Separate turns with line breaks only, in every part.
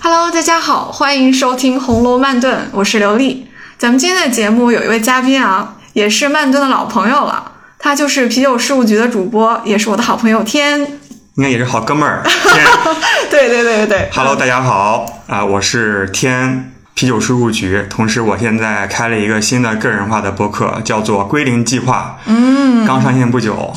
Hello，大家好，欢迎收听《红楼慢炖》，我是刘丽。咱们今天的节目有一位嘉宾啊，也是慢炖的老朋友了，他就是啤酒事务局的主播，也是我的好朋友天。
应该也是好哥们儿。天
对对对对对
，Hello，大家好啊、我是天啤酒事务局，同时我现在开了一个新的个人化的播客，叫做《归零计划》，嗯，刚上线不久。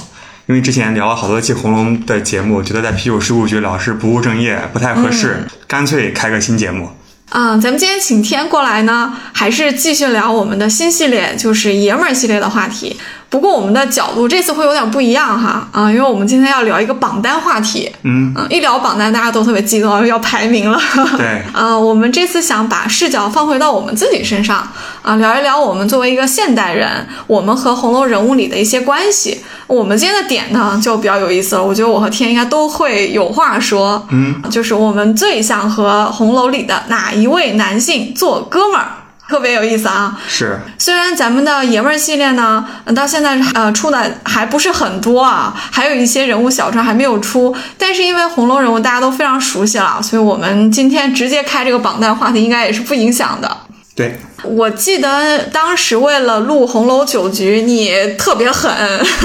因为之前聊了好多期红龙的节目，觉得在啤酒事务局老是不务正业不太合适，干脆开个新节目。
嗯，咱们今天请天过来呢，还是继续聊我们的新系列，就是爷们儿系列的话题。不过我们的角度这次会有点不一样哈，啊、因为我们今天要聊一个榜单话题。
嗯
一聊榜单大家都特别激动，要排名了。
对
呃，我们这次想把视角放回到我们自己身上啊、聊一聊我们作为一个现代人，我们和红楼人物里的一些关系。我们今天的点呢就比较有意思了，我觉得我和天应该都会有话说。啊
嗯，
就是我们最想和红楼里的哪一位男性做哥们儿，特别有意思啊。
是
虽然咱们的爷们儿系列呢，呃到现在呃出的还不是很多啊，还有一些人物小传还没有出，但是因为红楼人物大家都非常熟悉了，所以我们今天直接开这个榜单话题应该也是不影响的。
对，
我记得当时为了录《红楼酒局》，你特别狠，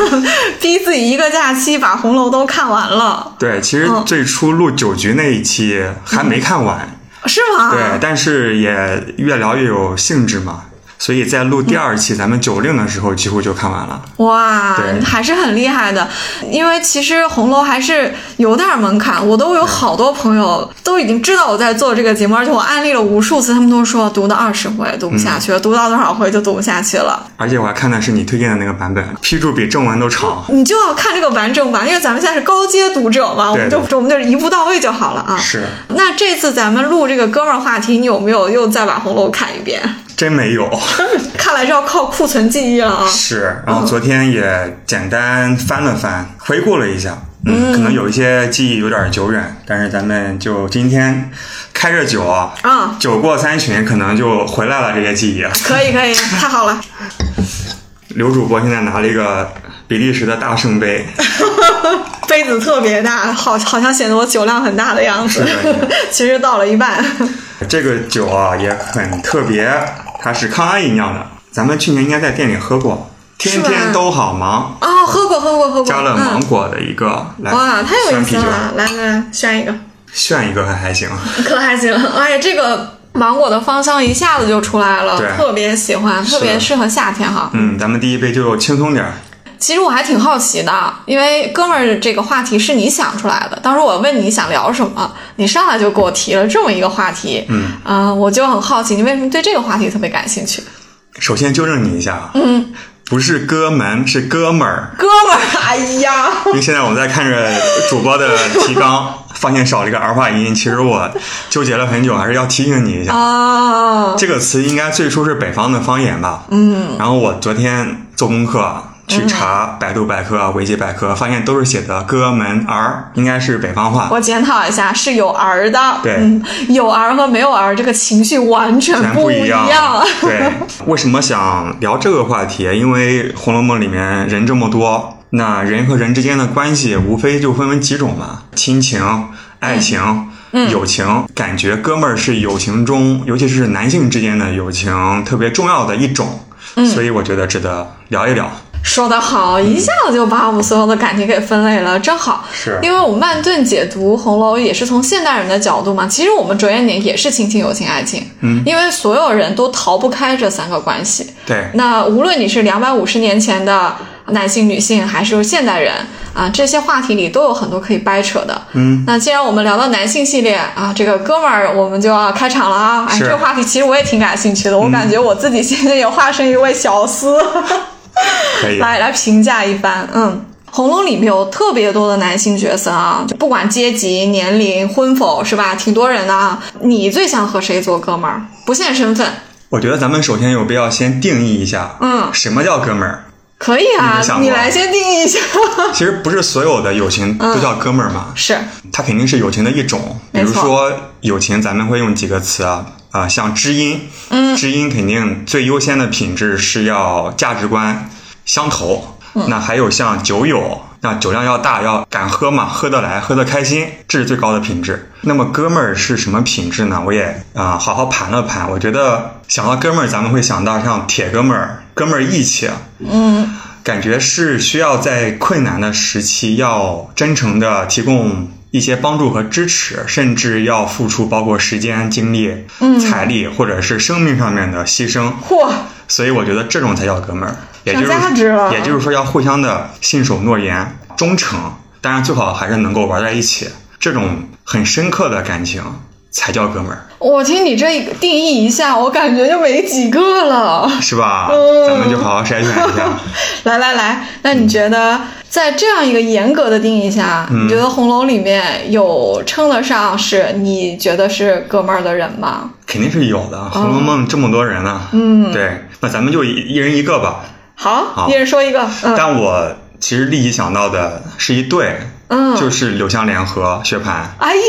逼自己一个假期把《红楼》都看完了，
对，其实
嗯
最初录酒局那一期还没看完，
是吗？
对，但是也越聊越有兴致嘛，所以在录第二期咱们酒令的时候，几乎就看完了。
哇
对，
还是很厉害的，因为其实红楼还是有点门槛。我都有好多朋友都已经知道我在做这个节目，而且我案例了无数次，他们都说读到二十回读不下去了，
嗯
读到多少回就读不下去了。
而且我还看的是你推荐的那个版本，批注比正文都长。
你就要看这个完整版，因为咱们现在是高阶读者嘛，我们
对
就我们就一步到位就好了啊。
是，
那这次咱们录这个哥们儿话题，你有没有又再把红楼看一遍？
真没有。
看来是要靠库存记忆了啊。
是，然后昨天也简单翻了翻，回顾了一下。嗯，可能有一些记忆有点久远，但是咱们就今天开着酒啊，
啊
酒过三巡，可能就回来了这些记忆。啊
可以可以，太好了。
刘主播现在拿了一个比利时的大圣 杯，
杯子特别大，好好像显得我酒量很大的样子
是的，
其实倒了一半。
这个酒啊也很特别，它是康安姨酿的，咱们去年应该在店里喝过，天
吧
天都好忙，
哦，喝过喝过喝过，
加了芒
嗯
果的一个来，
哇，太有
酸
意
啤
思
酒，
了！来来，选一个，
炫一个还还行，
可还行。哎呀，这个芒果的芳香一下子就出来了
对，
特别喜欢，特别适合夏天哈。
嗯，咱们第一杯就轻松点儿，
其实我还挺好奇的，因为哥们儿这个话题是你想出来的。当时我问你想聊什么，你上来就给我提了这么一个话题，嗯，啊、我就很好奇，你为什么对这个话题特别感兴趣？。
首先纠正你一下，嗯，不是哥们，是哥们儿
哥们儿，哎呀，
因为现在我们在看着主播的提纲，发现少了一个儿化音。其实我纠结了很久，还是要提醒你
哦
一下，
啊，
这个词应该最初是北方的方言吧？嗯。然后我昨天做功课
嗯
去查百度百科、啊维基百科，发现都是写的哥们儿，应该是北方话。
我检讨一下，是有儿的，
对
嗯，有儿和没有儿这个情绪完全
全不
一
一样。
样
对，为什么想聊这个话题？因为《红楼梦》里面人这么多，那人和人之间的关系无非就分为几种嘛：亲情、爱情。
嗯
友情，感觉哥们儿是友情中，尤其是男性之间的友情特别重要的一种，
嗯
所以我觉得值得聊一聊。
说得好，一下子就把我们所有的感情给分类了，正好。
是
因为我们慢炖解读《红楼》也是从现代人的角度嘛，其实我们着眼点也是亲情、友情、爱情，嗯，因为所有人都逃不开这三个关系。
对，
那无论你是两百五十年前的男性、女性，还是现代人啊，这些话题里都有很多可以掰扯的。嗯，那既然我们聊到男性系列啊，这个哥们儿我们就要开场了啊。哎，
是嗯
这个话题其实我也挺感兴趣的，我感觉我自己现在也化身一位小厮，
可 以。
来来评价一番。嗯，红楼里面有特别多的男性角色啊，就不管阶级、年龄、婚否是吧，挺多人的啊。你最想和谁做哥们儿？不限身份。
我觉得咱们首先有必要先定义一下，
嗯
什么叫哥 们儿？
可以啊
你没想，过
你来先定义一下。
其实不是所有的友情
嗯
都叫哥们儿嘛，
是，
它肯定是友情的一种。比
没错
如说友情，咱们会用几个词啊，啊、像知音，嗯，知音肯定最优
嗯
先的品质是要价值观相投。那还有像酒友，那酒量要大，要敢喝嘛，喝得来，喝得开心，这是最高的品质。那么哥们儿是什么品质呢？我也啊、呃好好盘了盘，我觉得想到哥们儿，咱们会想到像铁哥们儿、哥们儿义气，啊
嗯，
感觉是需要在困难的时期要真诚的提供一些帮助和支持，甚至要付出包括时间、精力、
嗯
财力或者是生命上面的牺牲。
嚯，
所以我觉得这种才叫哥们儿，也就是
上价值了
也就是说要互相的信守诺言、忠诚，当然最好还是能够玩在一起，这种很深刻的感情才叫哥们儿，
我听你这定义一下，我感觉就没几个了。
是吧？
嗯
咱们就好好筛选一下。
来来来，那你觉得在这样一个严格的定义下，
嗯
你觉得《红楼》里面有称得上是你觉得是哥们儿的人吗？
肯定是有的，《红楼梦》这么多人呢、
哦嗯
对，那咱们就一一人一个吧。
好，
好
一人说一个。嗯
但我其实立即想到的是一对，
嗯，
就是柳湘莲和薛蟠。
哎呀，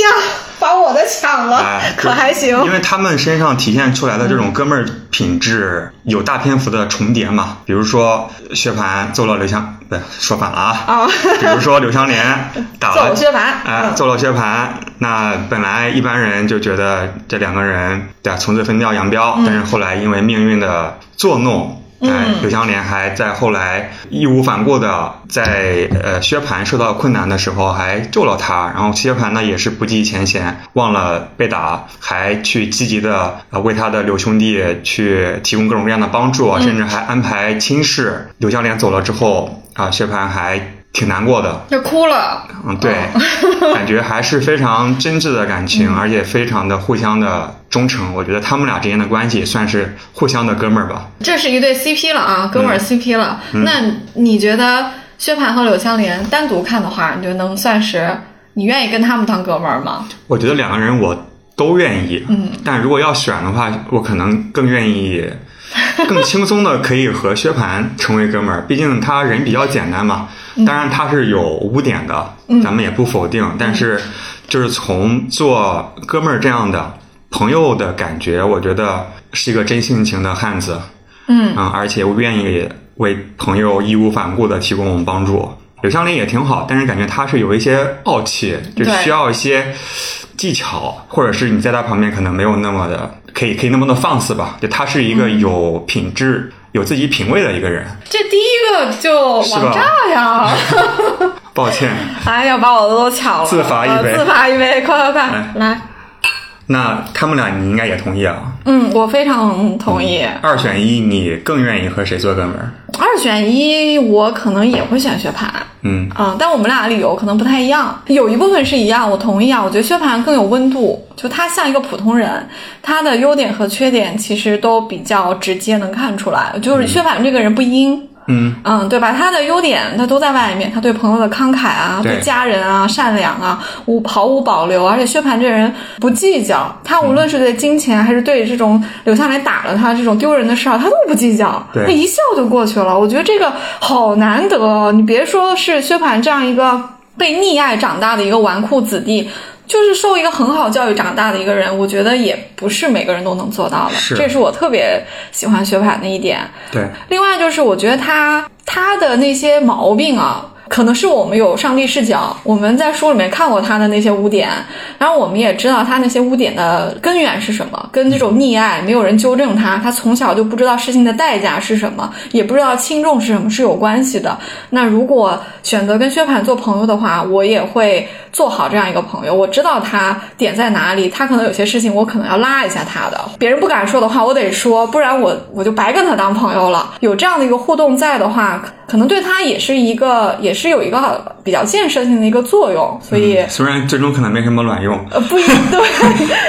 把我的抢了，
哎，
哦可还行
就。因为他们身上体现出来的这种哥们儿品质有大篇幅的重叠嘛，比如说薛蟠揍了刘湘，不是说反了啊，
啊，
比如说柳 湘莲打
揍
了
薛蟠。
哎，
嗯
揍了薛蟠，那本来一般人就觉得这两个人对吧，从此分道扬镳，
嗯
但是后来因为命运的作弄。哎，柳湘莲还在后来义无反顾的在呃薛蟠受到困难的时候还救了他，然后薛蟠呢也是不计前嫌，忘了被打，还去积极的呃为他的柳兄弟去提供各种各样的帮
嗯
助，甚至还安排亲事。柳湘莲走了之后啊、薛蟠还挺难过的，
就哭了。
嗯，对， 感觉还是非常真挚的感情，而且非常的互相的忠诚。我觉得他们俩之间的关系算是互相的哥们儿吧。
这是一对 CP 了
嗯
啊，哥们儿 CP 了。那你觉得薛蟠和柳湘莲单独看的话，你觉得能算是你愿意跟他们当哥们儿吗？
我觉得两个人我都愿意，嗯，但如果要选的话，我可能更愿意。更轻松的可以和薛蟠成为哥们儿，毕竟他人比较简单嘛。当然他是有污点的，咱们也不否定。但是就是从做哥们儿这样的朋友的感觉，我觉得是一个真性情的汉子。
嗯
啊、而且我愿意为朋友义无反顾的提供帮助。柳湘莲也挺好，但是感觉她是有一些傲气，就
对
需要一些技巧，或者是你在她旁边可能没有那么的可以可以那么的放肆吧。就她是一个
嗯
有品质、有自己品味的一个人。
这第一个就
是
网
吧
炸呀！
抱歉，
哎呀，把我的都抢了，
自罚一杯哎
呃自罚一杯，快快快，
来
来！
那他们俩你应该也同意啊。
嗯，我非常同意。
二选一，你更愿意和谁做哥们儿？
二选一，我可能也会选薛蟠。
嗯，
嗯，但我们俩的理由可能不太一样，有一部分是一样，我同意啊，我觉得薛蟠更有温度，就他像一个普通人，他的优点和缺点其实都比较直接能看出来，就是薛蟠这个人不阴。
嗯
对吧？他的优点他都在外面，他对朋友的慷慨啊，
对
对家人啊善良啊，无毫无保留。而且薛蟠这人不计较，他无论是对金钱还是对这种柳湘莲打了他这种丢人的事儿，他都不计较，
对
他一笑就过去了。我觉得这个好难得哦，你别说是薛蟠这样一个被溺爱长大的一个纨绔子弟。就是受一个很好教育长大的一个人，我觉得也不是每个人都能做到的，
是
这是我特别喜欢薛蟠的一点。
对，
另外就是，我觉得他他的那些毛病啊，可能是我们有上帝视角，我们在书里面看过他的那些污点，然后我们也知道他那些污点的根源是什么，跟这种溺爱没有人纠正他，他从小就不知道事情的代价是什么，也不知道轻重是什么是有关系的。那如果选择跟薛蟠做朋友的话，我也会做好这样一个朋友。我知道他点在哪里，他可能有些事情我可能要拉一下他的，别人不敢说的话我得说，不然我我就白跟他当朋友了。有这样的一个互动在的话，可可能对他也是一个 也是有一个比较建设性的一个作用。所以、
虽然最终可能没什么卵用，
呃不一 对，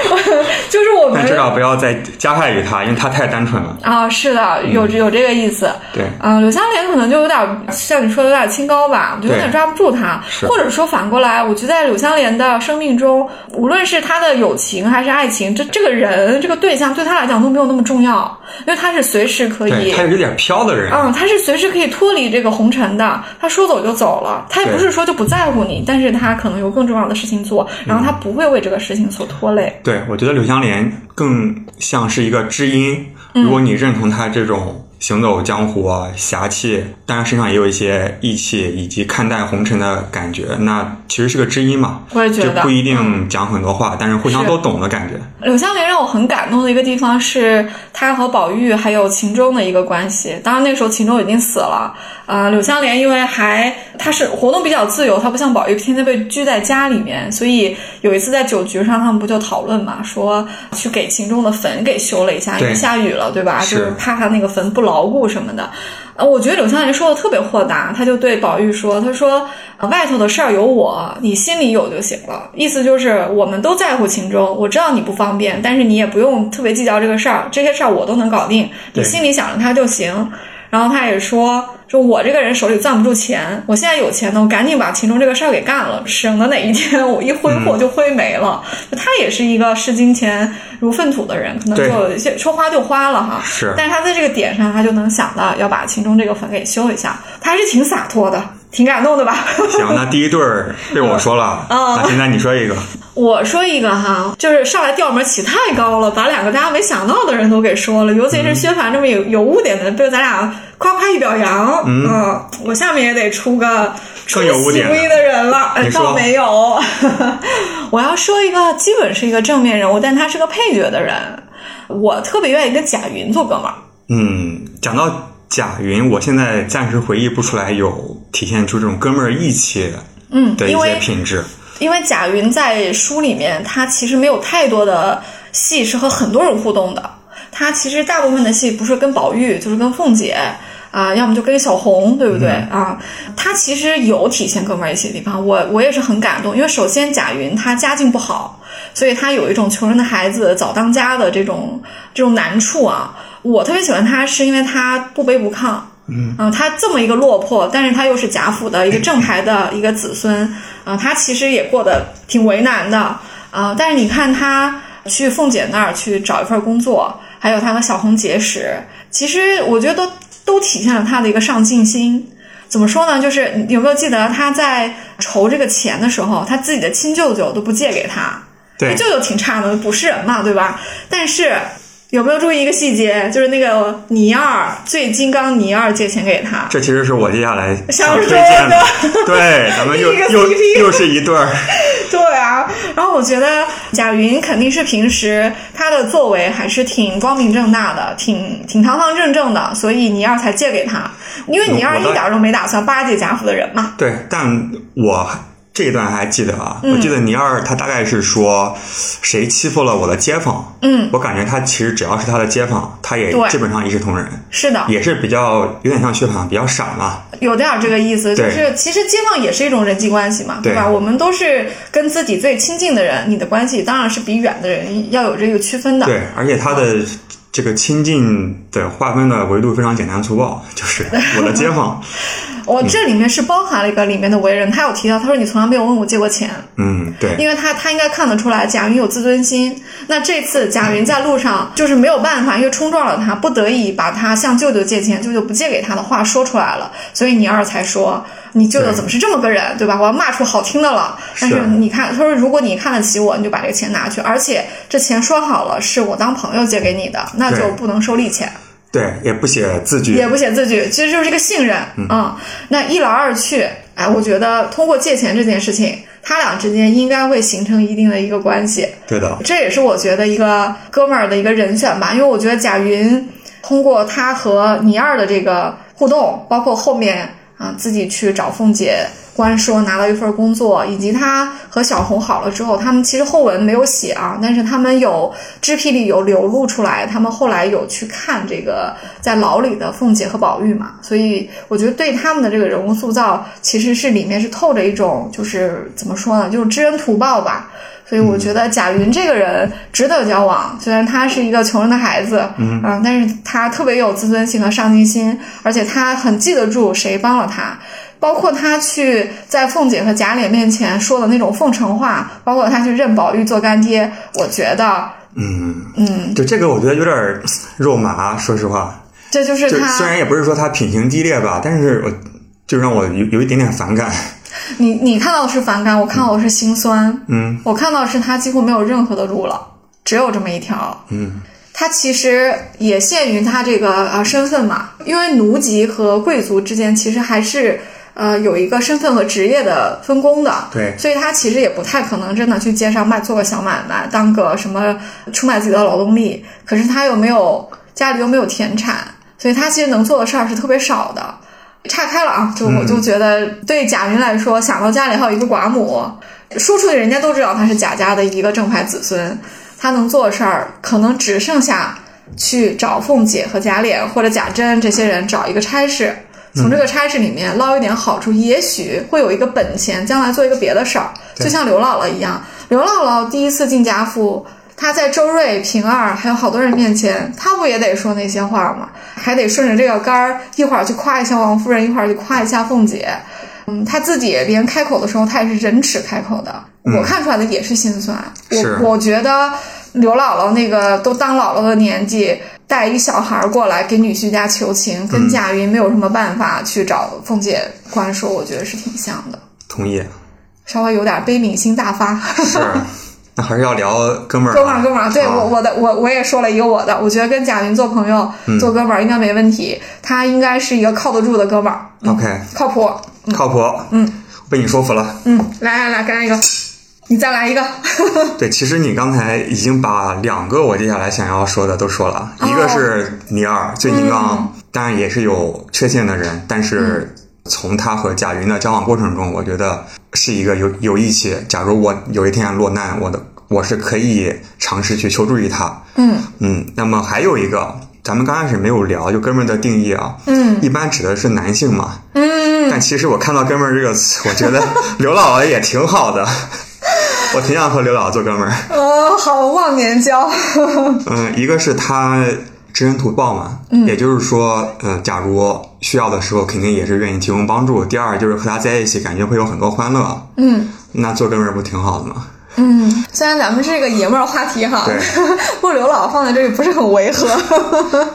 就是我
但至
们
少不要再加害于他，因为他太单纯了。
啊，是的，有有这个意思。
对，
嗯，柳湘莲可能就有点儿像你说的有点儿清高吧，我就有点
对
抓不住她，
是
或者说反过来，我觉得在柳湘莲的生命中，无论是她的友情还是爱情，这这个人这个对象对她来讲都没有那么重要，因为她是随时可
对
以
他。有点飘的人。
嗯，她是随时可以脱离这个红尘的，她说走就走了，她也不
对
是说就不在乎你，但是她可能有更重要的事情做，然
嗯
后她不会为这个事情所拖累。嗯
对，我觉得柳湘莲更像是一个知音。如果你认同他这种行走江湖啊，侠气，当然身上也有一些义气以及看待红尘的感觉。那其实是个知音嘛，
我也觉
就
得
不一定讲很多话，但是互相都懂的感觉。
柳湘莲让我很感动的一个地方是她和宝玉还有秦钟的一个关系。当然那时候秦钟已经死了，呃，柳湘莲因为还她是活动比较自由，她不像宝玉天天被拘在家里面，所以有一次在酒局上他们不就讨论嘛，说去给秦钟的坟给修了一下，因为
对
下雨了，对吧？
是
就是怕他那个坟不牢固什么的。呃，我觉得柳湘莲说的特别豁达，她就对宝玉说：“她说、呃外头的事儿有我，你心里有就行了。意思就是我们都在乎秦钟，我知道你不方便，但是你也不用特别计较这个事儿，这些事儿我都能搞定，你
对
心里想着他就行。”然后他也说：“说我这个人手里攥不住钱，我现在有钱呢，我赶紧把秦钟这个事儿给干了，省得哪一天我一挥
嗯
霍就挥没了。就他也是一个视金钱如粪土的人，可能
对
就有一些说花就花了哈。
是
但是他在这个点上，他就能想到要把秦钟这个坟给修一下，他还是挺洒脱的，挺感动的吧？
行，那第一对儿被我说了，
嗯
那现在你说一个，
我说一个哈，就是上来调门起太高了，把两个大家没想到的人都给说了，尤其
嗯
是薛蟠这么有有污点的，被咱俩夸夸一表扬，嗯、我下面也得出个出
更有污点的
熹微的人了，哎
你说
倒没有， 我要说一个基本是一个正面人物，但他是个配角的人，我特别愿意跟贾云做哥们儿。
嗯，讲到贾云，我现在暂时回忆不出来有体现出这种哥们儿义气
嗯，
的一
因
些
为
品质。
因为贾云在书里面，他其实没有太多的戏是和很多人互动的，他其实大部分的戏不是跟宝玉，就是跟凤姐。啊，要么就跟小红，对不对、啊？他其实有体现哥们儿一些地方，我我也是很感动，因为首先贾云他家境不好，所以他有一种穷人的孩子早当家的这种这种难处啊。我特别喜欢他，是因为他不卑不亢，嗯、他这么一个落魄，但是他又是贾府的一个正牌的一个子孙，啊、他其实也过得挺为难的啊、但是你看他去凤姐那儿去找一份工作，还有他和小红结识，其实我觉得都都体现了他的一个上进心。怎么说呢？就是你有没有记得他在筹这个钱的时候，他自己的亲舅舅都不借给他，
对
他，舅舅挺差的，不是人嘛，对吧？但是有没有注意一个细节？就是那个倪二最金刚倪二借钱给他，
这其实是我接下来
想
推
说
荐
的。
对，咱们又
一个
又
CP
又是一对儿。
对啊，然后我觉得贾云肯定是平时他的作为还是挺光明正大的，挺挺堂堂正正的，所以倪二才借给他，因为倪二
我
一
倒
点儿都没打算巴结贾府的人嘛。
对，但我这一段还记得啊，我记
嗯
得倪二他大概是说谁欺负了我的街坊，
嗯，
我感觉他其实只要是他的街坊，他也
对
基本上一视同仁，
是的，
也是比较有点像薛蟠，比较傻嘛。
有点儿这个意思，就
对
是其实街坊也是一种人际关系嘛，
对
对吧？我们都是跟自己最亲近的人，你的关系当然是比远的人要有这个区分的。
对，而且他的这个亲近的划分的维度非常简单粗暴， 就是我的街坊，
我这里面是包含了一个里面的为人，他有提到，他说你从来没有问我借过钱，
嗯，对，
因为他他应该看得出来贾云有自尊心。那这次贾云在路上就是没有办法，因为冲撞了他，不得已把他向舅舅借钱，舅舅不借给他的话说出来了，所以你二才说你舅舅
对
怎么是这么个人，对吧？我要骂出好听的了。但是
是
你看，他说如果你看得起我，你就把这个钱拿去，而且这钱说好了是我当朋友借给你的，那就
对
不能收利钱。
对，也不写字据，
也不写字据，其实就是这个信任嗯那一来二去，哎，我觉得通过借钱这件事情，他俩之间应该会形成一定的一个关系。
对的，
这也是我觉得一个哥们儿的一个人选吧，因为我觉得贾云通过他和倪二的这个互动，包括后面啊、自己去找凤姐官说拿到一份工作，以及他和小红好了之后，他们其实后文没有写啊，但是他们有知批里有流露出来，他们后来有去看这个在牢里的凤姐和宝玉嘛，所以我觉得对他们的这个人物塑造，其实是里面是透着一种就是怎么说呢，就是知恩图报吧。所以我觉
嗯
得贾云这个人值得交往，虽然他是一个穷人的孩子，嗯、但是他特别有自尊心和上进心，而且他很记得住谁帮了他，包括他去在凤姐和贾琏面前说的那种奉承话，包括他去认宝玉做干爹，我觉得
嗯嗯，就这个我觉得有点儿肉麻，说实话，
这就是
就
他。
虽然也不是说他品行低劣吧，但是我就让我有有一点点反感。
你你看到的是反感，我看到的是心酸。
嗯，
我看到的是他几乎没有任何的路了，只有这么一条。
嗯，
它其实也限于它这个呃身份嘛，因为奴籍和贵族之间其实还是呃有一个身份和职业的分工的，
对
所以他其实也不太可能真的去街上卖做个小买卖，当个什么出卖自己的劳动力。可是他又没有家里又没有田产，所以他其实能做的事儿是特别少的。岔开了啊，就我就觉得对贾云来说，想到家里还有一个寡母，说出去人家都知道他是贾家的一个正牌子孙，他能做的事儿可能只剩下去找凤姐和贾琏或者贾珍这些人找一个差事，从这个差事里面捞一点好处，也许会有一个本钱，将来做一个别的事儿，就像刘姥姥一样，刘姥姥第一次进贾府。她在周瑞、平儿还有好多人面前，她不也得说那些话吗？还得顺着这个杆儿，一会儿去夸一下王夫人，一会儿去夸一下凤姐。嗯，她自己别人开口的时候，她也是忍耻开口的。我看出来的也是心酸。
是
我我觉得刘姥姥那个都当姥姥的年纪，带一小孩儿过来给女婿家求情，跟贾云没有什么办法去找凤姐官说，我觉得是挺像的，
同 意。
稍微有点悲悯心大发。
是，那还是要聊哥们儿啊。
哥们儿，哥们儿，对、
啊
我我的我我也说了一个我的，我觉得跟贾云做朋友、做哥们儿应该没问题，他应该是一个靠得住的哥们儿，
OK，
靠谱。
靠谱。嗯，被你说服了。
嗯，来来来，干一个，你再来一个。
对，其实你刚才已经把两个我接下来想要说的都说了，一
哦
个是尼尔，最金刚，
嗯
当然也是有缺陷的人，但是从他和贾云的交往过程中，我觉得是一个有有义气。假如我有一天落难，我的我是可以尝试去求助于他。
嗯
嗯，那么还有一个，咱们刚开始没有聊，就哥们儿的定义啊，
嗯
一般指的是男性嘛，
嗯，
但其实我看到“哥们儿”这个词，我觉得刘姥姥也挺好的，我挺想和刘姥姥做哥们儿。
呃，好忘年交。
嗯，一个是他知恩图报嘛，也就是说，嗯，假如需要的时候，肯定也是愿意提供帮助。第二就是和他在一起，感觉会有很多欢乐。
嗯
那做哥们儿不挺好的吗？
嗯， 虽然咱们这个爷们儿话题哈
对，
不过刘姥放在这里不是很违和。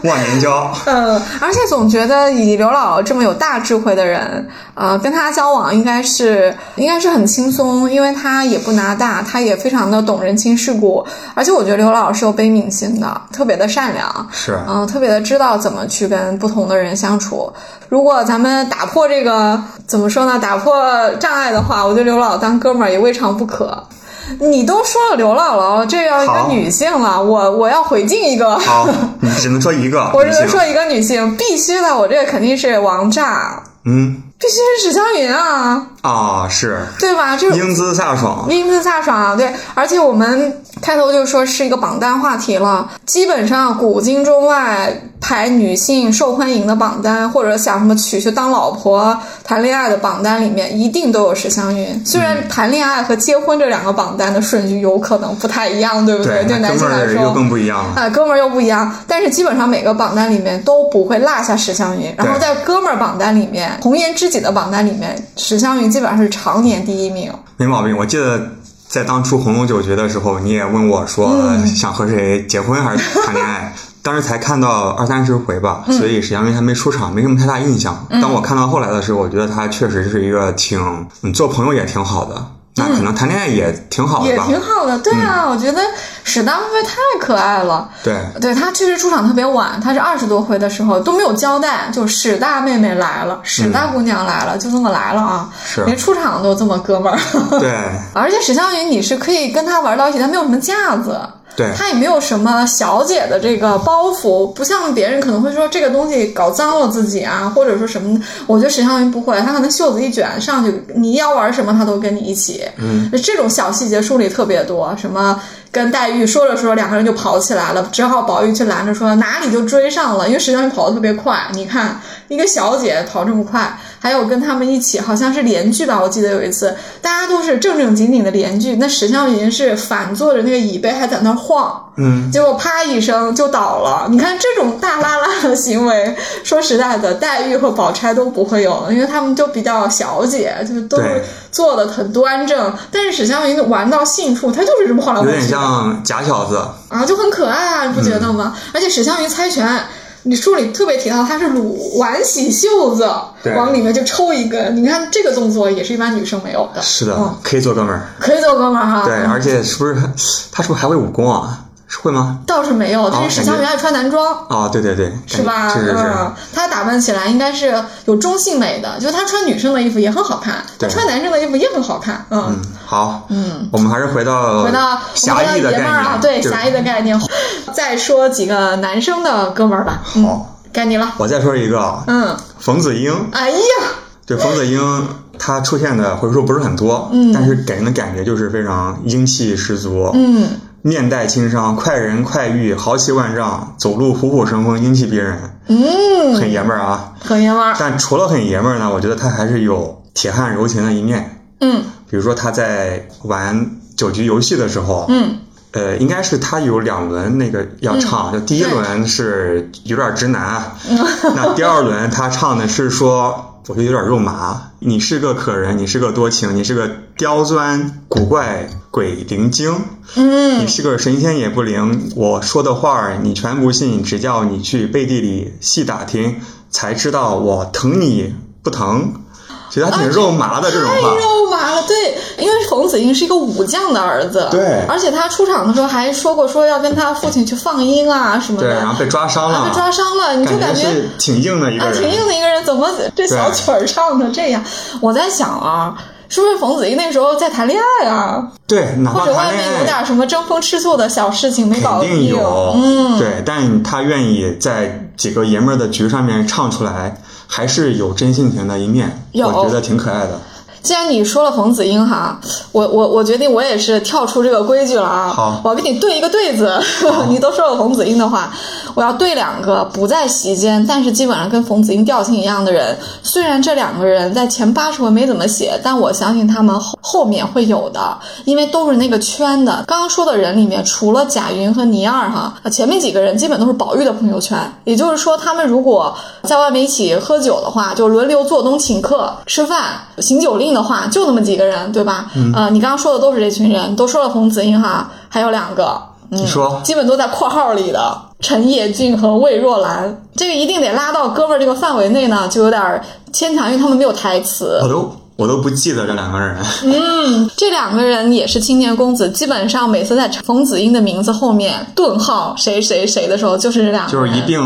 忘年交，
嗯，而且总觉得以刘姥姥这么有大智慧的人，呃，跟她交往应该是应该是很轻松，因为她也不拿大，她也非常的懂人情世故，而且我觉得刘姥姥是有悲悯心的，特别的善良，
是
嗯、特别的知道怎么去跟不同的人相处。如果咱们打破这个怎么说呢，打破障碍的话，我觉得刘姥姥当哥们儿也未尝不可。你都说了刘姥姥这样一个
好
女性了，我我要回敬一个。
好，你只能说一个，
我
女
只
性
能说一个女性必须的，我这肯定是王炸，
嗯
必须是史湘云啊，
啊，是
对吧？这种
英姿飒爽，
英姿飒爽啊，对。而且我们开头就说是一个榜单话题了，基本上古今中外排女性受欢迎的榜单，或者想什么娶去当老婆、谈恋爱的榜单里面，一定都有史湘云。虽然
嗯
谈恋爱和结婚这两个榜单的顺序有可能不太一样，对不对？对
那
男
哥
性
们
来
儿
说，
又更不一样了。
啊，哥们儿又不一样，但是基本上每个榜单里面都不会落下史湘云。然后
对
在哥们儿榜单里面，红颜知己的榜单里面，史湘云基本上是常年第一名。
没毛病。我记得在当初红龙九局的时候，你也问我说、
嗯
想和谁结婚还是谈 恋爱。当时才看到二三十回吧，
嗯
所以史湘云还没出场，没什么太大印象。当我看到后来的时候，我觉得她确实是一个挺，嗯，做朋友也挺好的，那可能谈恋爱也挺好的
嗯
嗯
也
吧。
挺好的，对啊，我觉得史大妹妹太可爱了。
对，
对她确实出场特别晚，她是二十多回的时候都没有交代，就史大妹妹来了，史
嗯
大姑娘来了，就这么来了啊，
是
连出场都这么哥们儿。
对，
而且史湘云你是可以跟她玩到一起，她没有什么架子，
对，
她也没有什么小姐的这个包袱，不像别人可能会说这个东西搞脏了自己啊，或者说什么。我觉得史湘云不会，她可能袖子一卷上去，你要玩什么她都跟你一起。嗯，这种小细节梳理特别多，什么。跟黛玉说着说着，两个人就跑起来了，只好宝玉去拦着说哪里就追上了，因为史湘云跑得特别快。你看一个小姐跑这么快，还有跟他们一起好像是连句吧，我记得有一次大家都是正正经经的连句，那史湘云是反坐着那个椅背还在那儿晃，
嗯，
结果啪一声就倒了。你看这种大拉拉的行为，说实在的，黛玉和宝钗都不会有，因为他们就比较小姐，就是都
对
是坐的很端正。但是史湘云玩到兴处，她就是这么晃来
有
晃
点
去的。
像假小子，
啊，就很可爱啊，你不觉得
嗯
吗？而且史湘云猜拳，你书里特别提到她是撸挽起袖子
对
往里面就抽一根，你看这个动作也是一般女生没有的，
是的，
嗯
可以做哥们儿。
可以做哥们儿哈。
对，而且是不是他是不是还会武功啊？会吗？
倒是没有，但
哦
是史强
感觉
原来穿男装。
啊、对对对，
是吧？
是是是，
嗯，她打扮起来应该是有中性美的，就是她穿女生的衣服也很好看，她
对
穿男生的衣服也很好看。嗯，
嗯，好，
嗯，
我们还是回到
回到我
狭
们
义
的爷
的概
们儿
念
啊，对狭义的概念，再说几个男生的哥们儿吧。嗯
好，
该你了。
我再说一个啊，
嗯，
冯子英，
哎呀，
对冯子英，他出现的回数不是很多，嗯，但是给人的感觉就是非常英气十足，
嗯，
面带轻伤，快人快语，豪气万丈，走路虎虎生风，英气逼人，
嗯，
很爷们儿啊。
很爷们儿。
但除了很爷们儿呢，我觉得他还是有铁汉柔情的一面，
嗯
比如说他在玩九局游戏的时候，
嗯
呃，应该是他有两轮那个要唱，就第一轮是有点直男，啊
嗯
那第二轮他唱的是说，我觉得有点肉麻，你是个可人，你是个多情，你是个刁钻古怪鬼灵精，
嗯
你是个神仙也不灵，我说的话儿你全不信，只叫你去背地里细打听，才知道我疼你不疼。其实他挺肉麻的这种
啊太
话，
肉麻了，对，因为冯子英是一个武将的儿子，
对
而且他出场的时候还说过说要跟他父亲去放鹰啊什么
对，
的，
然后被抓伤
啊
了，
被抓伤了，你就
感
感觉
是挺硬的一个
啊，
人，
挺硬的一个人，怎么这小曲儿唱的这样？我在想啊，是不是冯子英那时候在谈恋爱啊，
对，哪
或
怕
者
谈
外
恋
面
爱
有点什么争风吃醋的小事情没搞
肯定
定？
有，
嗯，
对，但他愿意在几个爷们儿的局上面唱出来，还是有真性情的一面，
有
我觉得挺可爱的。
既然你说了冯子英哈，我我我决定我也是跳出这个规矩了啊！
好
我要跟你对一个对子。 你都说了冯子英的话，我要对两个不在席间，但是基本上跟冯子英调性一样的人。虽然这两个人在前八十回没怎么写，但我相信他们后后面会有的，因为都是那个圈的。刚刚说的人里面，除了贾云和倪二哈，前面几个人基本都是宝玉的朋友圈。也就是说，他们如果在外面一起喝酒的话，就轮流做东请客、吃饭、行酒令的话，就那么几个人，对吧？嗯、呃，你刚刚说的都是这群人，都说了冯子英哈，还有两个，嗯
你，说，
基本都在括号里的陈野俊和魏若兰，这个一定得拉到哥们儿这个范围内呢，就有点儿牵强，因为他们没有台词
我。都我都不记得这两个人，
嗯这两个人也是青年公子，基本上每次在冯子英的名字后面顿号谁谁谁的时候，就是这两个
就
人。
是一 并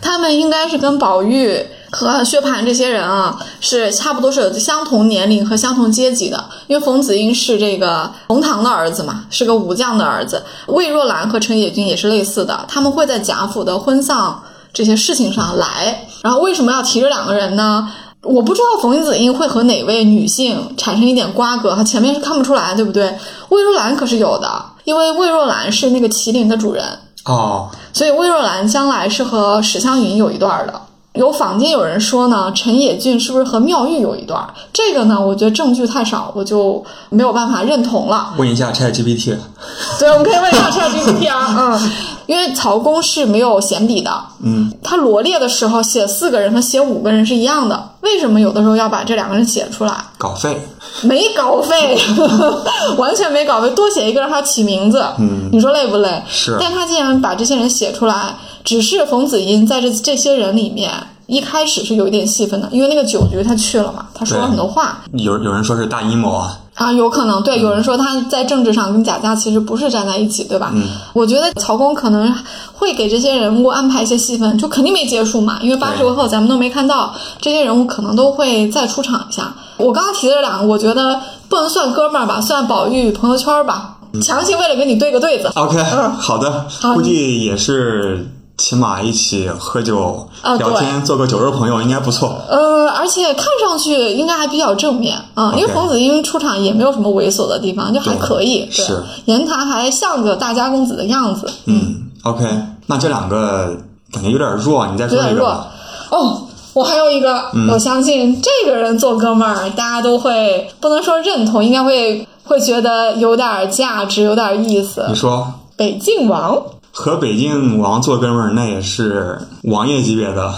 他们应该是跟宝玉和薛蟠这些人啊，是差不多是有相同年龄和相同阶级的。因为冯子英是这个冯唐的儿子嘛，是个武将的儿子。魏若兰和陈野君也是类似的，他们会在贾府的婚丧这些事情上来。然后为什么要提这两个人呢？我不知道冯子英会和哪位女性产生一点瓜葛，她前面是看不出来，对不对？魏若兰可是有的，因为魏若兰是那个麒麟的主人，
哦，
所以魏若兰将来是和史湘云有一段的。有坊间有人说呢，陈野俊是不是和妙玉有一段？这个呢，我觉得证据太少，我就没有办法认同 了。
问一下 ChatGPT，
对，我们可以问一下 ChatGPT 啊，嗯，因为曹公是没有闲笔的，
嗯，
他罗列的时候写四个人和写五个人是一样的，为什么有的时候要把这两个人写出来？
稿费，
没稿费， 完全没稿费，多写一个让他起名字，嗯，你说累不累？
是
但他竟然把这些人写出来，只是冯子英在这这些人里面，一开始是有一点戏份的，因为那个酒局他去了嘛，他说了
对
很多话
有有人说是大阴谋啊，
啊，有可能对，有
嗯
人说他在政治上跟贾家其实不是站在一起，对吧？嗯，我觉得曹公可能会给这些人物安排一些戏份，就肯定没结束嘛，因为八十
对
回后咱们都没看到，这些人物可能都会再出场一下。我刚刚提的这两个，我觉得不能算哥们儿吧，算宝玉朋友圈儿吧，
嗯
强行为了给你对个对子。
OK，、好的，
嗯
估计也是起码一起喝酒、
啊
聊天，做个酒肉朋友应该不错。
呃，而且看上去应该还比较正面啊，因为
OK
冯子英出场也没有什么猥琐的地方，就还
对
可以，对
是，
言谈还像个大家公子的样子，
嗯，OK，那这两个感觉有点弱，你再
有
说
点
一个
弱
吧。
哦。我还有一个，嗯我相信这个人做哥们儿，大家都会不能说认同，应该会会觉得有点价值，有点意思
你。说。
北静王，
和北静王做哥们儿，那也是王爷级别的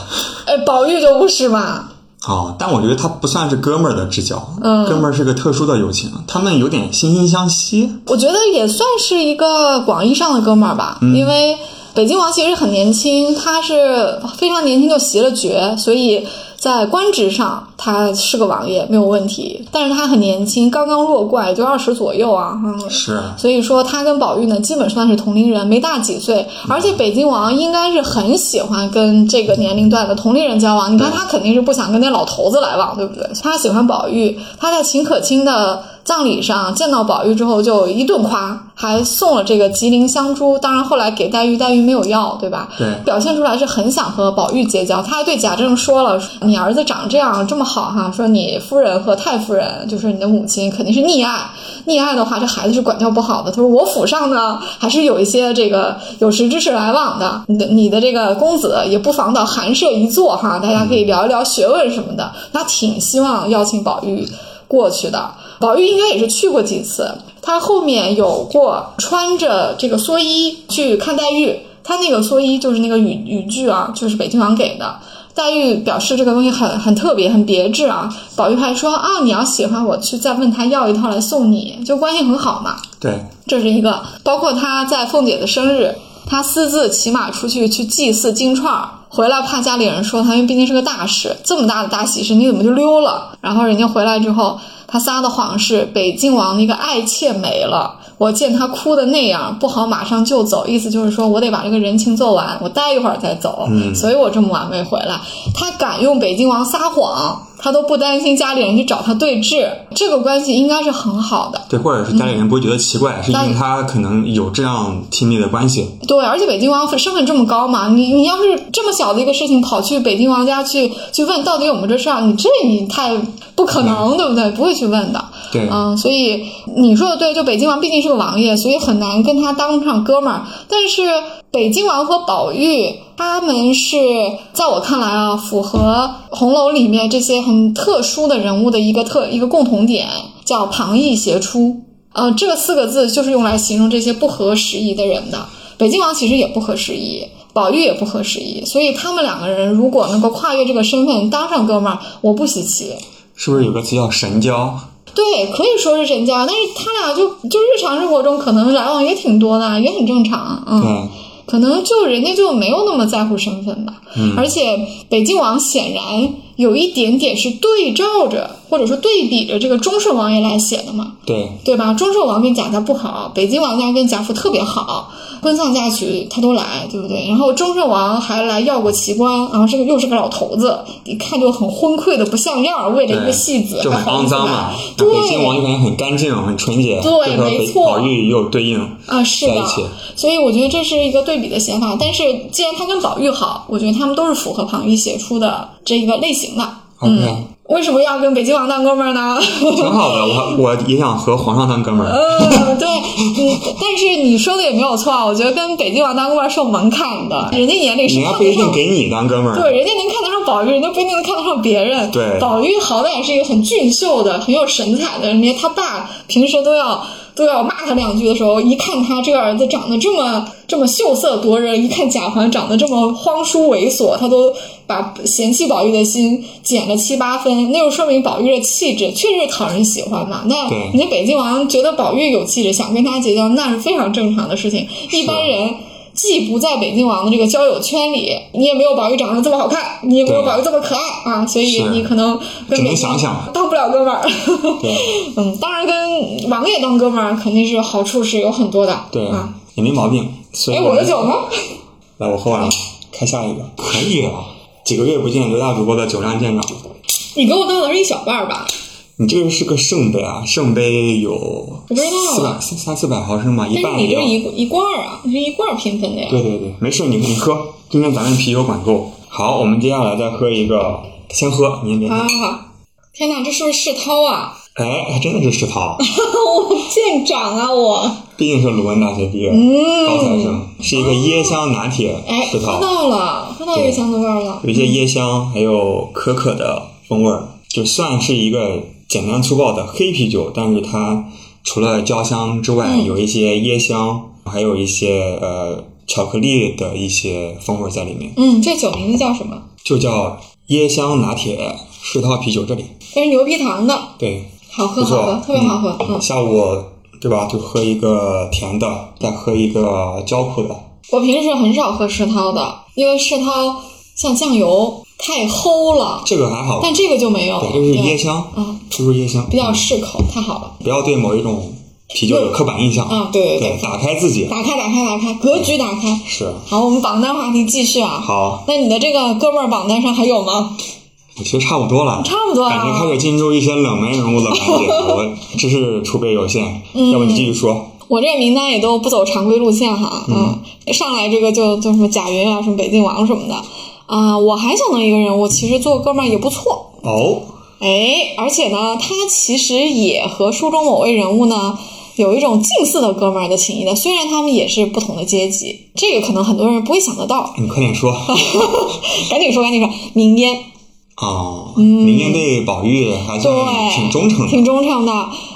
哎，宝玉就不是嘛，
哦。但我觉得他不算是哥们儿的至交，
嗯
哥们儿是个特殊的友情，他们有点惺惺相惜。
我觉得也算是一个广义上的哥们儿吧，嗯因为北京王其实很年轻，他是非常年轻就袭了爵，所以在官职上他是个王爷没有问题，但是他很年轻，刚刚落冠，也就二十左右啊，嗯，
是
所以说他跟宝玉呢，基本算是同龄人，没大几岁。而且北京王应该是很喜欢跟这个年龄段的同龄人交往。你看他肯定是不想跟那老头子来往，对不对？他喜欢宝玉，他在秦可卿的葬礼上见到宝玉之后就一顿夸，还送了这个吉林香珠。当然后来给黛玉，黛玉没有要，对吧？
对
表现出来是很想和宝玉结交。他还对贾政说了：“你儿子长这样这么好哈，说你夫人和太夫人，就是你的母亲，肯定是溺爱。溺爱的话，这孩子是管教不好的。”他说：“我府上呢，还是有一些这个有识之士来往的。你的你的这个公子也不妨到寒舍一坐哈，大家可以聊一聊学问什么的。他挺希望邀请宝玉过去的。宝玉应该也是去过几次，他后面有过穿着这个蓑衣去看黛玉，他那个蓑衣就是那个雨雨具啊，就是北京王给的。黛玉表示这个东西很很特别，很别致啊。宝玉还说啊，你要喜欢我去再问他要一套来送你，就关系很好嘛。
对，
这是一个，包括他在凤姐的生日，他私自骑马出去去祭祀金钏儿，回来怕家里人说他，因为毕竟是个大事，这么大的大喜事，你怎么就溜了？然后人家回来之后，他撒的谎是北静王那个爱妾没了。我见他哭的那样，不好马上就走，意思就是说我得把这个人情做完，我待一会儿再走，
嗯
所以我这么晚没回来。他敢用北静王撒谎，他都不担心家里人去找他对峙，这个关系应该是很好的。
对，或者是家里人不会觉得奇
嗯
怪，是因为他可能有这样亲密的关系。
对，而且北京王身份这么高嘛，你你要是这么小的一个事情跑去北京王家去去问到底有没有这事儿，你这你太不可能，对不对？不会去问的。
对，
嗯，所以你说的对，就北京王毕竟是个王爷，所以很难跟他当上哥们儿。但是北京王和宝玉他们是在我看来啊，符合红楼里面这些很特殊的人物的一个特一个共同点，叫旁逸斜出。呃，这个四个字就是用来形容这些不合时宜的人的。北京王其实也不合时宜，宝玉也不合时宜，所以他们两个人如果能够跨越这个身份当上哥们儿，我不稀奇。
是不是有个词叫神交？
对，可以说是神交，但是他俩就就日常生活中可能来往也挺多的，也很正常，嗯。
对，
可能就人家就没有那么在乎身份吧，
嗯
而且北静王显然有一点点是对照着或者说对比着这个忠顺王爷来写的嘛，
对，
对吧？忠顺王跟贾家不好，北京王家跟贾府特别好，婚丧嫁娶他都来，对不对？然后忠顺王还来要过奇官，然后这个又是个老头子，一看就很昏聩的不像样儿，为了一个
对
戏子
就很肮脏嘛。那
对
北京王就感觉很干净、很纯洁，
对
就和
没
北
错
宝玉也有对应。
啊，是
在一
的
起，
所以我觉得这是一个对比的写法。但是既然他跟宝玉好，我觉得他们都是符合庞玉写出的这一个类型的。
OK，
为什么要跟北京王当哥们儿呢？
哦 挺好的，我我也想和皇上当哥们儿。
嗯，对，嗯，但是你说的也没有错啊。我觉得跟北京王当哥们儿是有门槛的，人家眼里是
人家
看
不
得
一定
上。
给你当哥们儿，
对，人家能看得上宝玉，人家不一定能看得上别人。
对
宝玉好歹是一个很俊秀的、很有神采的人，连他爸平时都要都要骂他两句的时候，一看他这个儿子长得这么这么秀色夺人，一看贾环长得这么荒疏猥琐，他都把嫌弃宝玉的心减了七八分，那就说明宝玉的气质确实讨人喜欢嘛。那
对
人家北静王觉得宝玉有气质，想跟他结交，那是非常正常的事情。一般人既不在北京王的这个交友圈里，你也没有宝玉长得这么好看，你也没有
对
宝玉这么可爱啊，所以
是
你可能跟
只能
北京王
想想
当不了哥们儿。
对
嗯，当然跟王爷当哥们儿肯定是好处是有很多的。
对
啊，，
也没毛病。所以
哎，
我
我的
们
酒呢？
来，我喝完了，开下一个。可以啊，几个月不见，刘大主播的酒量见长。
你给我倒的是一小半儿吧？
你这个是个圣杯啊，圣杯有
不知道
四百三三四百毫升吧，一
但
半
是你
也
这
要
是。一一罐儿啊，你是一罐儿平分的呀。
对对对，没事，你你喝。今天咱们啤酒管够。好，我们接下来再喝一个，先喝，您别
好。好好。天哪，这是不是世涛啊？
哎，还真的是石涛，
我舰长啊，我。
毕竟是鲁汶大学毕业，
嗯
高材生，是一个椰香拿铁
哎，
石
喝
涛，
到了，喝到椰香的味儿了。
有一些椰香还有可可的风味儿，就算是一个简单粗暴的黑啤酒，但是它除了焦香之外，
嗯
有一些椰香，还有一些呃巧克力的一些风味儿在里面，
嗯，这酒名字叫什么？
就叫椰香拿铁世涛啤酒这里，
这是牛皮糖的，
对，
好
不
喝，好喝
错，，
特别好喝。嗯，
下午对吧？就喝一个甜的，再喝一个焦苦的，
我平时很少喝世涛的，因为世涛像酱油，太齁了，
这个还好，
但这个就没有了
对，，就是
对
椰香，
啊，
出入椰香，
哦比较适口，太好了
不要对某一种啤酒有刻板印象，
啊！对对
对，打开自己，
打开打开打开，格局打开。
是
好，我们榜单话题继续啊。
好，
那你的这个哥们儿榜单上还有吗？
我觉得差不多了，
差不多
感觉开
了。
始进入一些冷门人物的环 节，我知识储备有限，
嗯
要不你继续说，
我这个名单也都不走常规路线哈，嗯，上来这个就就什么贾云啊，什么北静王什么的啊、我还想到一个人物，其实做哥们儿也不错，
哦，
哎，而且呢，他其实也和书中某位人物呢有一种近似的哥们儿的情谊的，虽然他们也是不同的阶级，这个可能很多人不会想得到。
你快点说，
嗯赶紧说，赶紧说，明烟
哦，明艳对宝玉还算
嗯对，
嗯挺忠诚的，
挺忠诚的。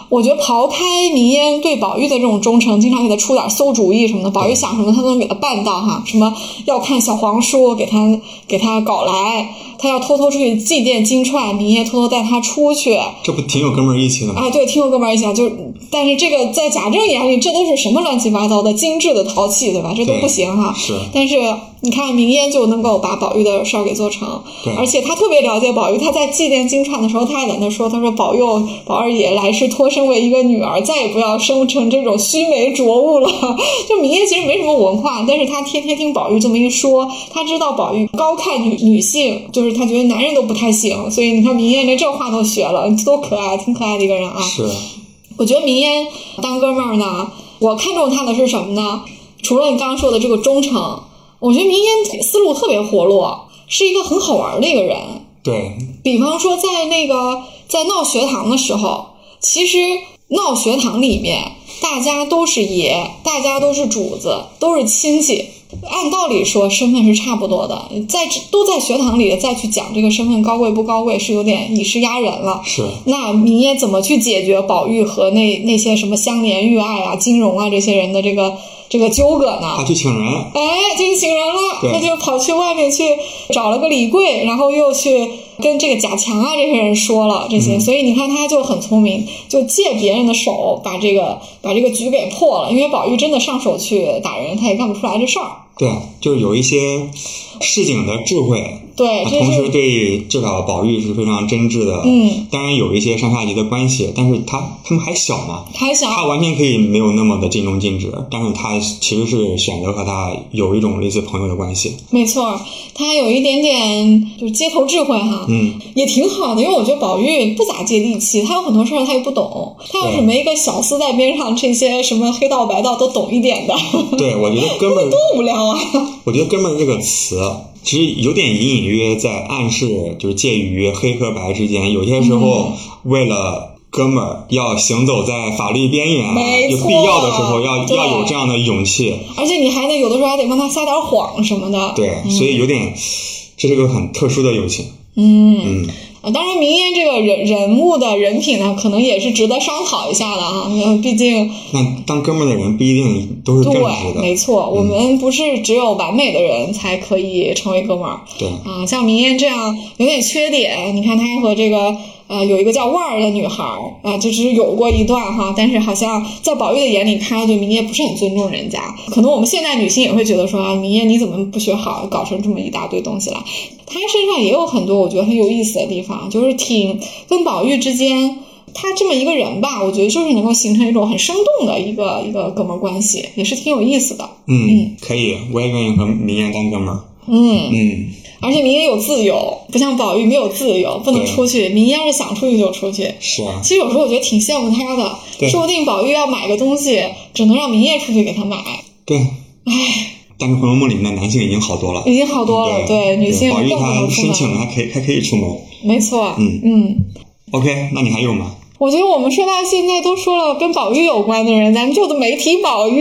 我觉得刨开明烟对宝玉的这种忠诚，经常给他出点馊主意什么的，宝玉想什么他都能给他办到哈。什么要看小黄书，给他给他搞来；他要偷偷出去祭奠金钏，明烟偷偷带他出去。
这不挺有哥们儿义气的吗？
啊，对，听我哥们儿一讲，就是，但是这个在贾政眼里，这都是什么乱七八糟的精致的淘气，对吧？这都
对
不行哈、
是
但是你看，明烟就能够把宝玉的事儿给做成
对，
而且他特别了解宝玉。他在祭奠金钏的时候，他还在那说：“他说宝佑宝二爷来世托生为一个女儿，再也不要生成这种须眉浊物了。” 就明烟其实没什么文化，但是他天天听宝玉这么一说，他知道宝玉高看女女性，就是他觉得男人都不太行。所以你看，明烟连这话都学了，多可爱，挺可爱的一个人啊！
是，
我觉得明烟当哥们儿呢，我看中他的是什么呢？除了你刚刚说的这个忠诚，我觉得明烟思路特别活络，是一个很好玩的一个人。
对，
比方说，在那个在闹学堂的时候，其实闹学堂里面大家都是爷，大家都是主子，都是亲戚。按道理说，身份是差不多的，在都在学堂里再去讲这个身份高贵不高贵，是有点以势压人了。
是，
那明也怎么去解决宝玉和那那些什么香莲、玉爱啊、金荣啊这些人的这个这个纠葛呢？
他去请人，
哎，这一行人了，
对
他就跑去外面去找了个李贵，然后又去跟这个贾强啊这些人说了这
嗯
些，所以你看他就很聪明，就借别人的手把这个把这个局给破了，因为宝玉真的上手去打人，他也干不出来这事儿。
对，就是有一些市井的智慧，
对，这
啊同时
是
对至少宝玉是非常真挚的。
嗯，
当然有一些上下级的关系，但是他他们还小嘛，
还想
他完全可以没有那么的尽忠尽职，但是他其实是选择和他有一种类似朋友的关系。
没错，他有一点点就是街头智慧哈，
嗯，
也挺好的，因为我觉得宝玉不咋接地气，他有很多事儿他也不懂，他要是
对
没一个小厮在边上，这些什么黑道白道都懂一点的，
对，我觉得哥们儿，
多无聊啊！
我觉得哥们儿这个词其实有点隐隐约约在暗示，就是介于黑和白之间。有些时
嗯
候为了。哥们儿要行走在法律边缘啊，
没
有
错
必要的时候要
对
要有这样的勇气，
而且你还得有的时候还得帮他撒点谎什么的。
对，所以有点，这是个很特殊的友情。
嗯，
嗯，
啊，当然，明烟这个人人物的人品呢，可能也是值得商讨一下的啊， 因为毕竟
那当哥们儿的人不一定都是正直
对，没
的，嗯
错，我们不是只有完美的人才可以成为哥们儿。
对，嗯
啊，像明艳这样有点缺点，你看她和这个呃有一个叫腕儿的女孩儿啊，就是有过一段哈，但是好像在宝玉的眼里，看上去明艳不是很尊重人家。可能我们现代女性也会觉得说啊，明艳你怎么不学好，搞成这么一大堆东西来？她身上也有很多我觉得很有意思的地方，就是挺跟宝玉之间。她这么一个人吧，我觉得就是能够形成一种很生动的一个一个哥们儿关系，也是挺有意思的。
嗯，可以，我也愿意和明艳当哥们儿。
嗯，
嗯，
而且明烟有自由，不像宝玉没有自由，不能
对
出去。明烟是想出去就出去。
是啊，
其实有时候我觉得挺羡慕他的，
对
说不定宝玉要买个东西，只能让明夜出去给他买，
对。但是《红楼梦》里面的男性已经好多了，
已经好多了。对，女性
宝
更
玉
不
他
能出
申请
门。
了，还可以还可以出门。
没错，
嗯
嗯，
OK，那你还有吗？
我觉得我们说到现在都说了跟宝玉有关的人，咱们就都没提宝玉。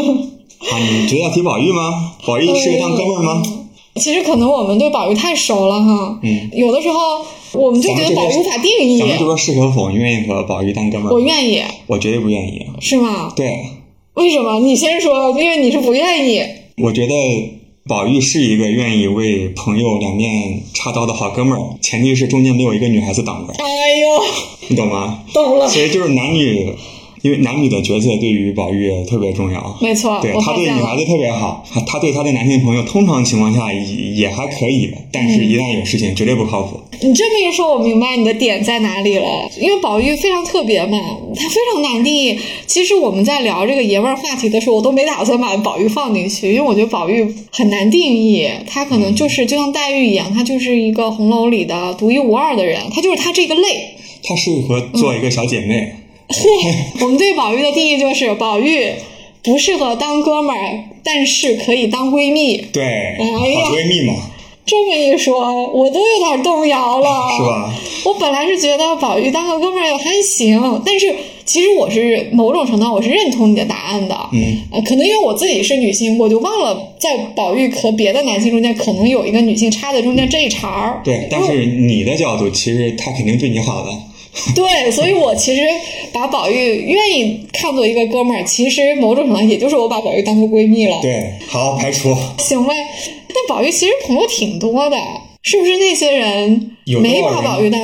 啊，你觉得要提宝玉吗？宝玉适合当哥们儿吗？
其实可能我们对宝玉太熟了哈，
嗯，
有的时候我们就觉得宝玉无法定义
咱。们就说适合否？你愿意和宝玉当哥们儿吗？
我愿意，
我绝对不愿意。
是吗？
对，
为什么？你先说，因为你是不愿意。
我觉得宝玉是一个愿意为朋友两面插刀的好哥们儿，前提是中间没有一个女孩子挡着，
哎呦，
你懂吗？
懂了。
所以就是男女因为男女的角色对于宝玉特别重要。
没错，
对
我
他
发
对
现
女
了
孩子特别好，他他对他的男性朋友通常情况下也也还可以，但
嗯
是一旦有事情绝对不靠谱。
你这么一说，我明白你的点在哪里了。因为宝玉非常特别嘛，他非常难定义。其实我们在聊这个爷们儿话题的时候，我都没打算把宝玉放进去，因为我觉得宝玉很难定义。他可能
嗯
就是就像黛玉一样，他就是一个红楼里的独一无二的人，他就是他 这个类。
她适合
嗯
做一个小姐妹，
我们对宝玉的定义就是宝玉不适合当哥们儿，但是可以当闺蜜。
对，
哎呀
好闺蜜嘛，
这么一说，我都有点动摇了，
是吧？
我本来是觉得宝玉当个哥们儿也还行，但是其实我是某种程度上我是认同你的答案的。
嗯，
呃，可能因为我自己是女性，我就忘了在宝玉和别的男性中间可能有一个女性插在中间这一茬儿。
对。但是
嗯
你的角度，其实她肯定对你好的，
对，所以我其实把宝玉愿意看作一个哥们儿，其实某种程度上也就是我把宝玉当做闺蜜了。
对，好排除。
行吧，但宝玉其实朋友挺多的，是不是那些人
有多
没
少
把
人
宝玉当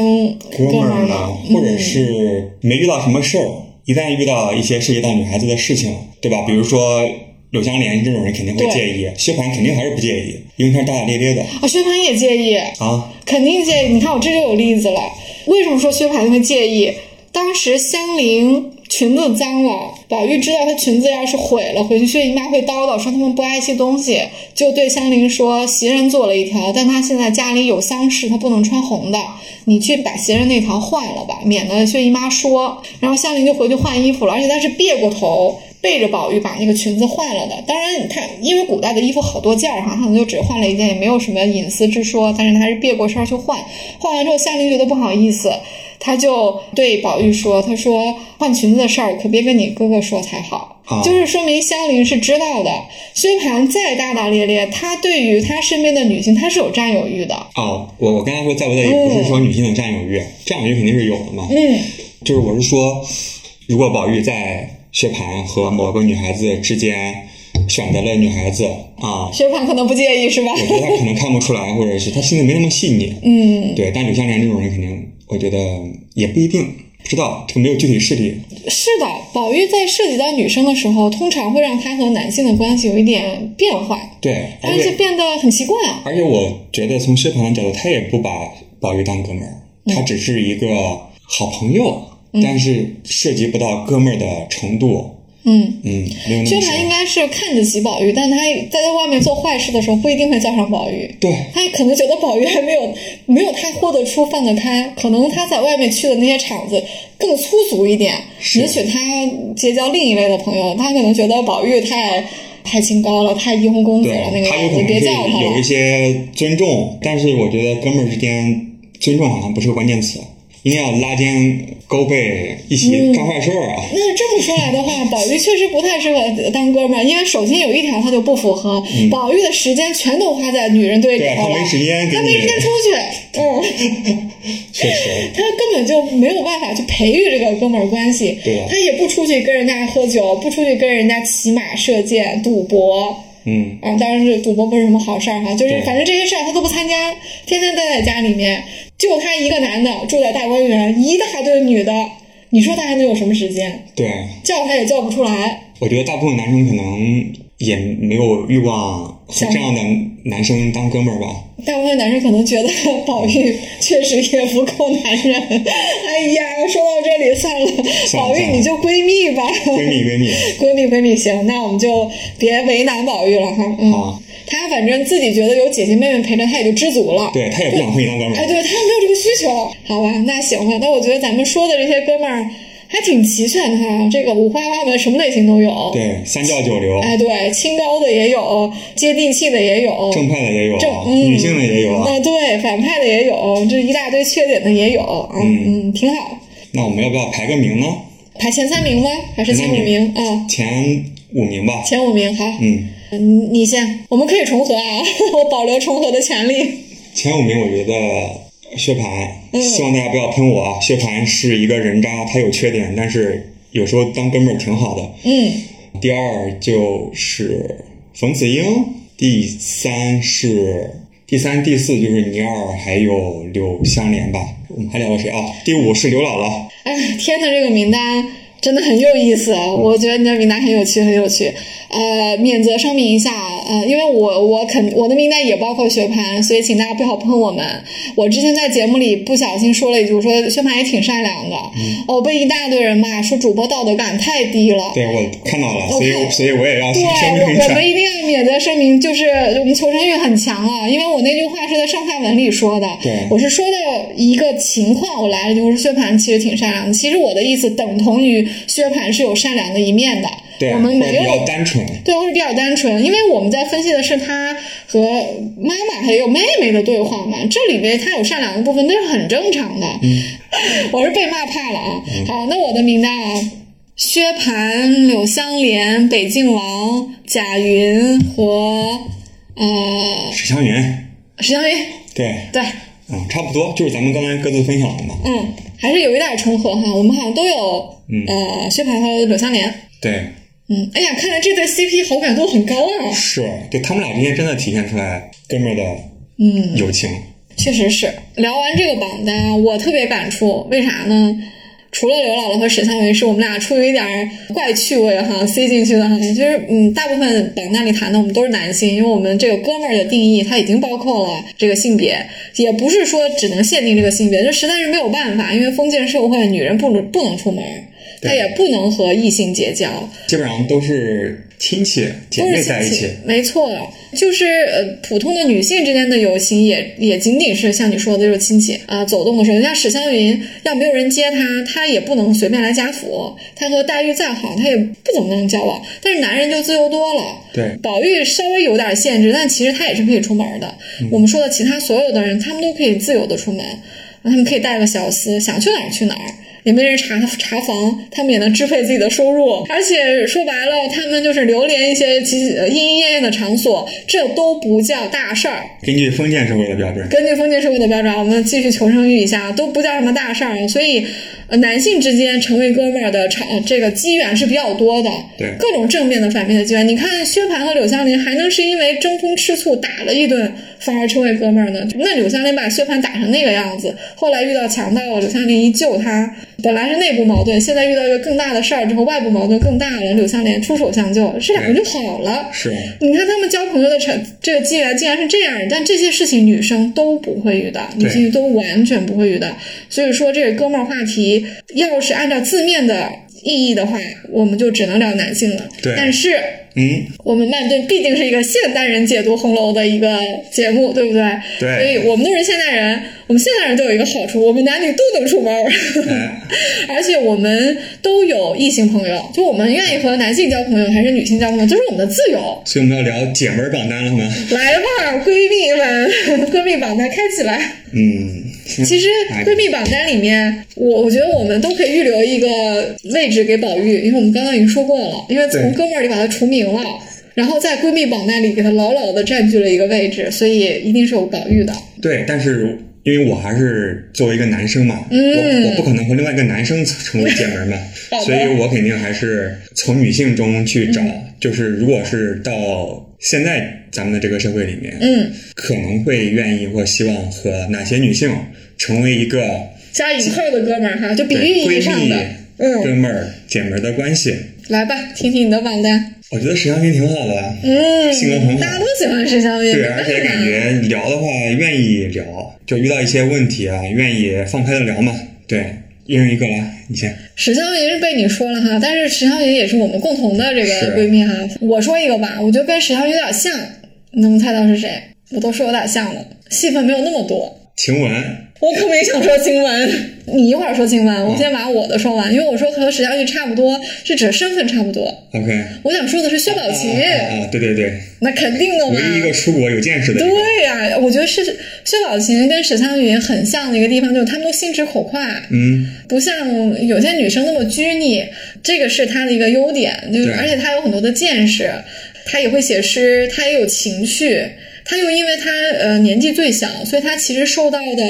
哥们
儿
儿呢
呢？，嗯
或者是没遇到什么事儿，一旦遇到一些涉及到女孩子的事情，对吧？比如说柳湘莲这种人肯定会
对
介意，薛蟠肯定还是不介意，因为他是大大咧咧的
啊，薛蟠也介意。
啊。
肯定介意。你看我这就有例子了。为什么说薛蟠会介意？当时香菱裙子脏了，宝玉知道她裙子要是毁了，回去薛姨妈会叨叨说他们不爱惜东西，就对香菱说袭人做了一条，但她现在家里有丧事，她不能穿红的，你去把袭人那条换了吧，免得薛姨妈说。然后香菱就回去换衣服了，而且她是别过头。背着宝玉把那个裙子换了的。当然，他因为古代的衣服好多件儿哈，他可能就只换了一件，也没有什么隐私之说。但是他还是别过身儿去换，换完之后，香菱觉得不好意思，他就对宝玉说：“他说换裙子的事儿可别跟你哥哥说才好。”
啊
就是说明香菱是知道的，薛蟠再大大咧咧，他对于他身边的女性，他是有占有欲的。
哦，我我刚才说在不在意，不是说女性的占有欲，占有欲肯定是有的嘛。
嗯，
就是我是说，如果宝玉在薛蟠和某个女孩子之间选择了女孩子啊，
薛蟠可能不介意是吧？
我觉得他可能看不出来，或者是他心里没那么细腻。
嗯，
对，但柳湘莲这种人肯定，我觉得也不一定，不知道这个没有具体事例。
是的，宝玉在涉及到女生的时候，通常会让她和男性的关系有一点变化。
对，而
而且
且
变得很奇怪啊。
而且我觉得从薛蟠的角度，他也不把宝玉当哥们儿，
嗯
他只是一个好朋友，但是涉及不到哥们儿的程度。
嗯，
嗯，没有那
薛蟠应
么深。
该是看得起宝玉，但他在他外面做坏事的时候，不一定会叫上宝玉。
对，
他可能觉得宝玉还没有没有他豁得出、放得开，可能他在外面去的那些场子更粗俗一点，
是
也许他结交另一类的朋友，他可能觉得宝玉太太清高了，太怡红公子
对
了，那个
他
样
有可
子，
能
别叫
是
他
有
了
一。些尊重，但是我觉得哥们儿之间尊重好像不是个关键词，一定要拉肩勾背一
嗯
起干坏事儿啊。
那这么说来的话，宝玉确实不太适合当哥们儿，因为首先有一条他就不符合，宝玉的时间全都花在女人堆里
嗯对
头
他
了，
没时间给
他
你
没时间出去，嗯，
确实。
他根本就没有办法去培育这个哥们儿关系，
对啊
他也不出去跟人家喝酒，不出去跟人家骑马射箭、赌博。
嗯，
啊，当然是赌博不是什么好事儿哈，就是
对
反正这些事儿他都不参加，天天待在家里面，就他一个男的住在大观园，一大堆女的，你说他还能有什么时间？
对，
叫他也叫不出来，
我觉得大部分男生可能也没有欲望和这样的男生当哥 们儿吧。
大部分男生可能觉得宝玉 确实也不够男人。哎呀，说到这里算了，
了
宝玉
算了
你就闺蜜吧，
闺蜜，闺蜜，
闺蜜闺蜜行，那我们就别为难宝玉了哈。嗯，
啊
他反正自己觉得有姐姐妹妹陪着他也就知足了。
对他也不想和你当哥们
哎，
儿。
对他没有这个需求，好吧，那行吧，那我觉得咱们说的这些哥们儿还挺齐全的哈，这个五花八门，什么类型都有。，
对，三教九流，
哎，对，清高的也有，接地气的也有，
正派的也有
正
啊，
嗯
女性的也有啊。
啊，对，反派的也有，这一大堆缺点的也有啊，嗯
嗯
挺好。
那我们要不要排个名呢？
排前三名吗？还是前五名啊？
前五名吧。
前五名，好，
嗯，
嗯，你先，我们可以重合啊， 我保留重合的权利。
前五名我觉得薛
嗯
蟠，希望大家不要喷我啊。薛蟠是一个人渣，他有缺点，但是有时候当哥们儿挺好的。
嗯，
第二就是冯子英，第三是第三、第四就是倪二，还有哦 柳湘莲吧。我们还聊了谁啊？第五是刘姥姥，
哎，天呐，这个名单真的很有意思，啊我觉得你的名单很有趣，很有趣。呃，免责声明一下，呃，因为我我肯我的名单也包括薛蟠，所以请大家不要喷我们。我之前在节目里不小心说了一句，我说薛蟠也挺善良的，哦，被一大堆人骂说主播道德感太低了。
对我看到了，所以
OK
所以我也要
哦对，
声明一
我我
下
们。一定要免责声明，就是我们求生欲很强啊，因为我那句话是在上下文里说的，
对
我是说的一个情况，我来了一句，我说薛蟠其实挺善良的，其实我的意思等同于薛蟠是有善良的一面的，
对，
我们
会
没
比
有
较单纯。
对，或者比较单纯，因为我们在分析的是他和妈妈还有妹妹的对话嘛，这里面他有善良的部分，那是很正常的。 我是被骂怕了啊。好，那我的名单啊。薛蟠、柳湘莲、北静王、贾云和呃
史湘云，
石湘云，
对，
对，
嗯，差不多就是咱们刚才各自分享的嘛。
嗯，还是有一点重合哈。我们好像都有、
嗯
呃薛蟠和柳湘莲，
对，
嗯，哎呀，看来这对 CP 好感度很高啊。
是，就他们俩之间真的体现出来哥们儿的
嗯，
友情。
确实是。聊完这个榜单，我特别感触，为啥呢？除了刘姥姥和史湘云是我们俩出于一点儿怪趣味哈塞进去的哈，就是嗯，大部分榜单里谈的我们都是男性，因为我们这个哥们儿的定义它已经包括了这个性别，也不是说只能限定这个性别，这实在是没有办法，因为封建社会女人不能不能出门，她
对
也不能和异性结交，
基本上都是亲戚姐
都
妹
是
在一
亲戚
起，
没错，啊就是呃，普通的女性之间的友情也也仅仅是像你说的，就是亲戚啊、走动的时候，像史湘云，要没有人接她，她也不能随便来贾府。她和黛玉再好，她也不怎么能交往。但是男人就自由多了，
对
宝玉稍微有点限制，但其实他也是可以出门的。我们说的其他所有的人，他们都可以自由的出门，他们可以带个小厮，想去哪儿去哪儿，也没人查查房，他们也能支配自己的收入。而且说白了，他们就是流连一些其实呃莺莺燕燕的场所，这都不叫大事儿。
根据封建社会的标准。
根据封建社会的标准，我们继续求生欲一下，都不叫什么大事儿。所以，呃男性之间成为哥们儿的场呃这个机缘是比较多的，
对
各种正面的、反面的机缘。你看薛蟠和柳湘莲还能是因为争风吃醋打了一顿，反而成为哥们儿呢？那柳湘莲把薛蟠打成那个样子，后来遇到强盗了，柳湘莲一救他，本来是内部矛盾，现在遇到一个更大的事儿之后，外部矛盾更大了，柳湘莲出手相救，这两个人就好了。
是，
你看他们交朋友的成这个机缘竟然是这样，但这些事情女生都不会遇到，女
对
性都完全不会遇到。所以说，这个哥们儿话题，要是按照字面的意义的话，我们就只能聊男性了。
对
但是
嗯，
我们曼顿毕竟是一个现代人解读红楼的一个节目，对不对？
对
所以我们都是现代人，我们现代人都有一个好处，我们男女都能出门儿。
哎，
而且我们都有异性朋友，就我们愿意和男性交朋友还是女性交朋友，这是我们的自由。
所以我们要聊姐们儿榜单了吗？
来吧，闺蜜们， 闺蜜榜单开起来。
嗯，
其实
哎
闺蜜榜单里面，我我觉得我们都可以预留一个位置给宝玉，因为我们刚刚已经说过了，因为从
对
哥们儿里把他除名了，然后在闺蜜榜单里给他牢牢的占据了一个位置，所以一定是有宝玉的。
对，但是因为我还是作为一个男生嘛，
嗯
我我不可能和另外一个男生成为姐们 儿嘛
宝，贝
所以我肯定还是从女性中去找。
嗯
就是如果是到现在咱们的这个社会里面，
嗯，
可能会愿意或希望和哪些女性成为一个
加引号的哥们儿哈，就比喻
对
意义
闺
上
蜜
的。、
哥
嗯，
们儿、姐们儿的关系。
来吧，听听你的榜单。
我觉得史湘云挺好的，
嗯，
性格很好
大家都喜欢石湘云，
对，
没
而
办
且
法
感觉聊的话愿意聊，就遇到一些问题啊，愿意放开的聊嘛。对，一人一个来，你先。
史湘云是被你说了哈，但是史湘云也是我们共同的这
是
个闺蜜哈。我说一个吧，我觉得跟史湘云有点像，你能猜到是谁？我都说有点像了，戏份没有那么多。
晴雯，
我可没想说晴雯，你一会儿说晴雯，我先把我的说完，因为我说和史湘云差不多是指身份差不多。
，OK。
我想说的是薛宝
啊
琴，
啊啊！对对对，
那肯定的嘛。
唯一一个出国有见识的。
对呀、我觉得是薛宝琴跟史湘云很像的一个地方，就是她们都心直口快。
嗯，
不像有些女生那么拘泥，这个是她的一个优点，就是
对
而且她有很多的见识，她也会写诗，她也有情绪，他又因为他呃年纪最小，所以他其实受到的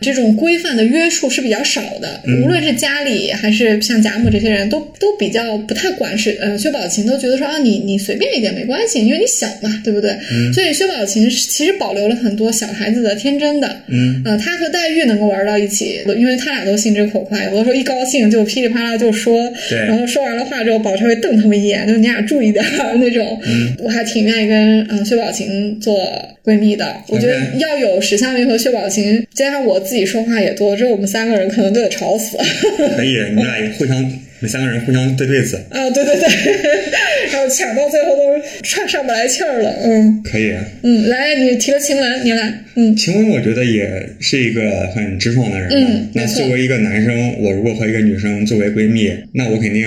这种规范的约束是比较少的。
嗯
无论是家里还是像贾母这些人都都比较不太管事，呃，薛宝琴都觉得说啊，你你随便一点没关系，因为你小嘛，对不对？
嗯
所以薛宝琴是其实保留了很多小孩子的天真的。
嗯，
呃，他和黛玉能够玩到一起，因为他俩都心直口快，有的时候一高兴就噼里啪啦就说，
对
然后说完了话之后，宝钗会瞪他们一眼，就你俩注意点儿那种。
嗯
我还挺愿意跟呃薛宝琴做闺蜜的，我觉得
OK
要有史湘云和薛宝琴，加上我自己说话也多，只有我们三个人可能都得吵死。
可以，你们俩也互相，你三个人互相对对子，
啊，对对对， 然后抢到最后都上上不来气儿了。嗯
可以。啊
嗯，来，你提了秦雯，你来，嗯
晴雯我觉得也是一个很直爽的人嘛。
嗯
那
没错
作为一个男生，我如果和一个女生作为闺蜜，那我肯定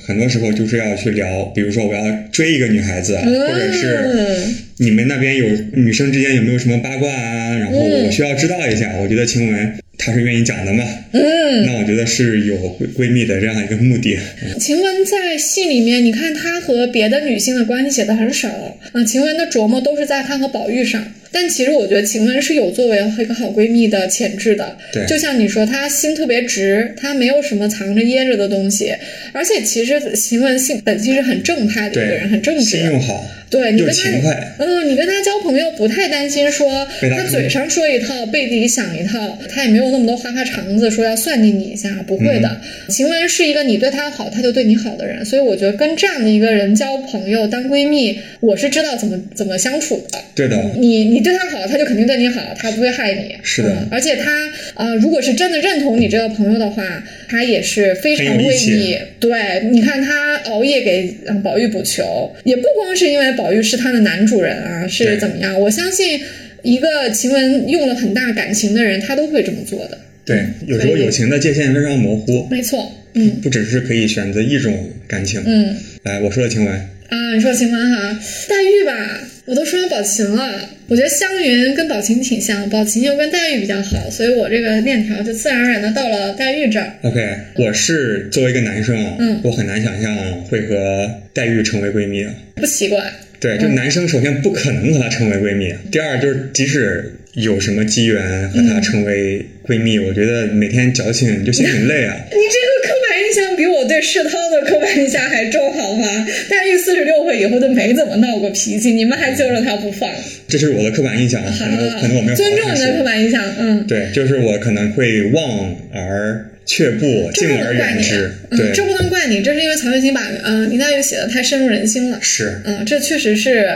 很多时候就是要去聊，比如说我要追一个女孩子，啊或者是
嗯。
你们那边有女生之间有没有什么八卦啊？然后
嗯
我需要知道一下。我觉得晴雯她是愿意讲的嘛。嗯，那我觉得是有闺闺蜜的这样一个目的。
晴雯在戏里面，你看她和别的女性的关系写的很少，嗯，晴雯的琢磨都是在她和宝玉上。但其实我觉得晴雯是有作为一个好闺蜜的潜质的，
对
就像你说，她心特别直，她没有什么藏着掖着的东西，而且其实晴雯性本性是很正派的一个
对，
人，很正直，
信用好，
对你
又
跟
勤
他，
快。
嗯，你跟他交朋友不太担心说
被他
他
坑
嘴上说一套，背地里想一套，他也没有那么多花花肠子说要算计你一下，不会的。晴雯是一个你对她好，她就对你好的人，所以我觉得跟这样的一个人交朋友当闺蜜，我是知道怎么怎么相处的。
对的，
你你对他好，他就肯定对你好，他不会害你。
是的
嗯而且他呃，如果是真的认同你这个朋友的话，他也是非常
很有
为
义气
你。对，你看他熬夜给呃宝玉补球，也不光是因为宝玉是他的男主人啊，
对
是怎么样？我相信一个晴雯用了很大感情的人，他都会这么做的。
对，有时
嗯
候
可以
友情的界限非常模糊，
没错，嗯
不只是可以选择一种感情。
嗯。
来，我说的晴雯，
啊，你说晴雯哈，黛玉吧，我都说宝琴了，我觉得湘云跟宝琴挺像，宝琴又跟黛玉比较好，所以我这个链条就自然而然的到了黛玉这儿。
OK，我是作为一个男生啊，
嗯
我很难想象啊会和黛玉成为闺蜜啊。
不奇怪，
对，
嗯
就男生首先不可能和她成为闺蜜，啊第二就是即使有什么机缘和她成为闺
嗯
蜜，我觉得每天矫情就心很累啊。
你这个刻板印象比我对世涛的刻板印象还重好吗？黛玉四十六回以后都没怎么闹过脾气，你们还揪着她不放，
这是我的刻板印象，啊
好
可
好
能
好，
可能我没有好好
尊重
看
你
书
的刻板印象，嗯。
对，就是我可能会望而却步，
这
敬
不
而
能怪
远
你
之。，
嗯，
对，
这不能怪你，这是因为曹雪芹把嗯、林黛玉写的太深入人心了。
是
嗯，这确实是，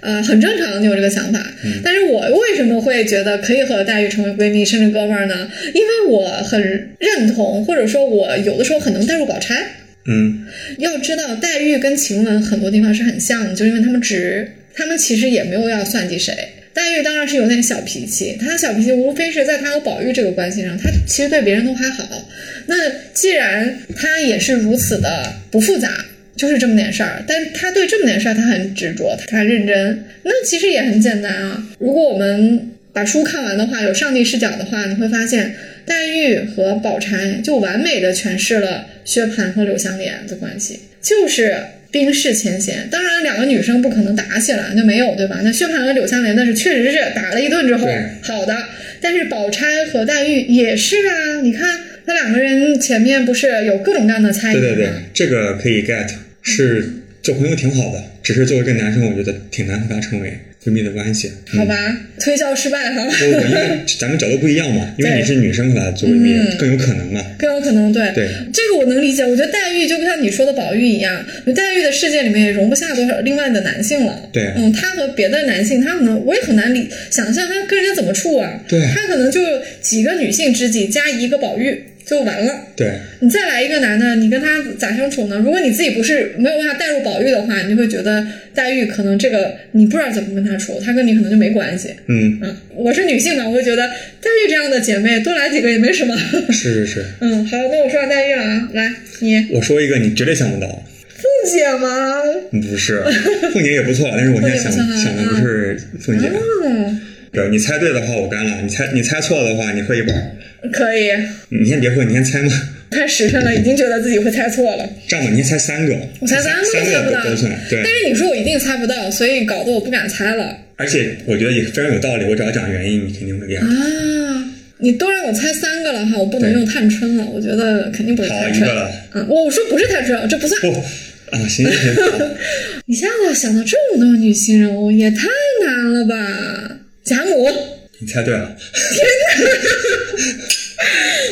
呃，很正常，你有这个想法。但是我为什么会觉得可以和黛玉成为闺蜜甚至哥们儿呢？因为我很认同，或者说我有的时候很能带入宝钗。
嗯，
要知道，黛玉跟晴雯很多地方是很像的，就因为她们直，她们其实也没有要算计谁。黛玉当然是有点小脾气，她的小脾气无非是在她和宝玉这个关系上，她其实对别人都还好。那既然她也是如此的不复杂，就是这么点事儿，但她对这么点事儿她很执着，她很认真，那其实也很简单啊。如果我们把书看完的话，有上帝视角的话，你会发现黛玉和宝钗就完美的诠释了薛蟠和柳湘莲的关系，就是冰释前嫌。当然，两个女生不可能打起来，那没有对吧？那薛蟠和柳湘莲那是确实是打了一顿之后
对
好的，但是宝钗和黛玉也是啊，你看那两个人前面不是有各种各样的猜疑
对
吗？
对对，这个可以 get，是做朋友挺好的，只是作为一个男生，我觉得挺难和他成为闺蜜的关系。
好吧，
嗯
推销失败哈。
我我因为咱们角度不一样 嘛，因为
对
你是女生和他做闺蜜更有可能嘛。
更有可能对
对
这个我能理解。我觉得黛玉就像你说的宝玉一样，黛玉的世界里面也容不下多少另外的男性了。
对
嗯，她和别的男性，她可能我也很难理想象她跟人家怎么处啊。
对
她可能就几个女性知己加一个宝玉就完了。
对，
你再来一个男的，你跟他咋相处呢？如果你自己不是没有办法带入宝玉的话，你就会觉得黛玉可能这个你不知道怎么跟他处，他跟你可能就没关系。
嗯，
嗯，我是女性嘛，我会觉得黛玉这样的姐妹多来几个也没什么。
是是是。
嗯，好，那我说完黛玉了啊，来你
我说一个你绝对想不到，
凤姐吗？
不是凤姐也不错，但是我现在想
凤姐不错啊
想的不是凤姐。
嗯，
对，你猜对的话我干了，你猜你猜错的话你喝一半儿。
可以，
你先别喝，你先猜嘛。
太实诚了，已经觉得自己会猜错了。
这样吧，你先猜三个，
我猜三
三
个都猜
个
不
都
到
都算。，
但
对，
是你说我一定猜不到，所以搞得我不敢猜了。
而且我觉得也非常有道理。我只要讲原因，你肯定会 get。
啊，你都让我猜三个了哈，我不能
对
用探春了，我觉得肯定不是
好，
探
一
春
个。了。
嗯，我我说不是探春，这不算。
不啊，行行行，好
一下子想到这么多女性人物，也太难了吧？贾母，
你猜对了。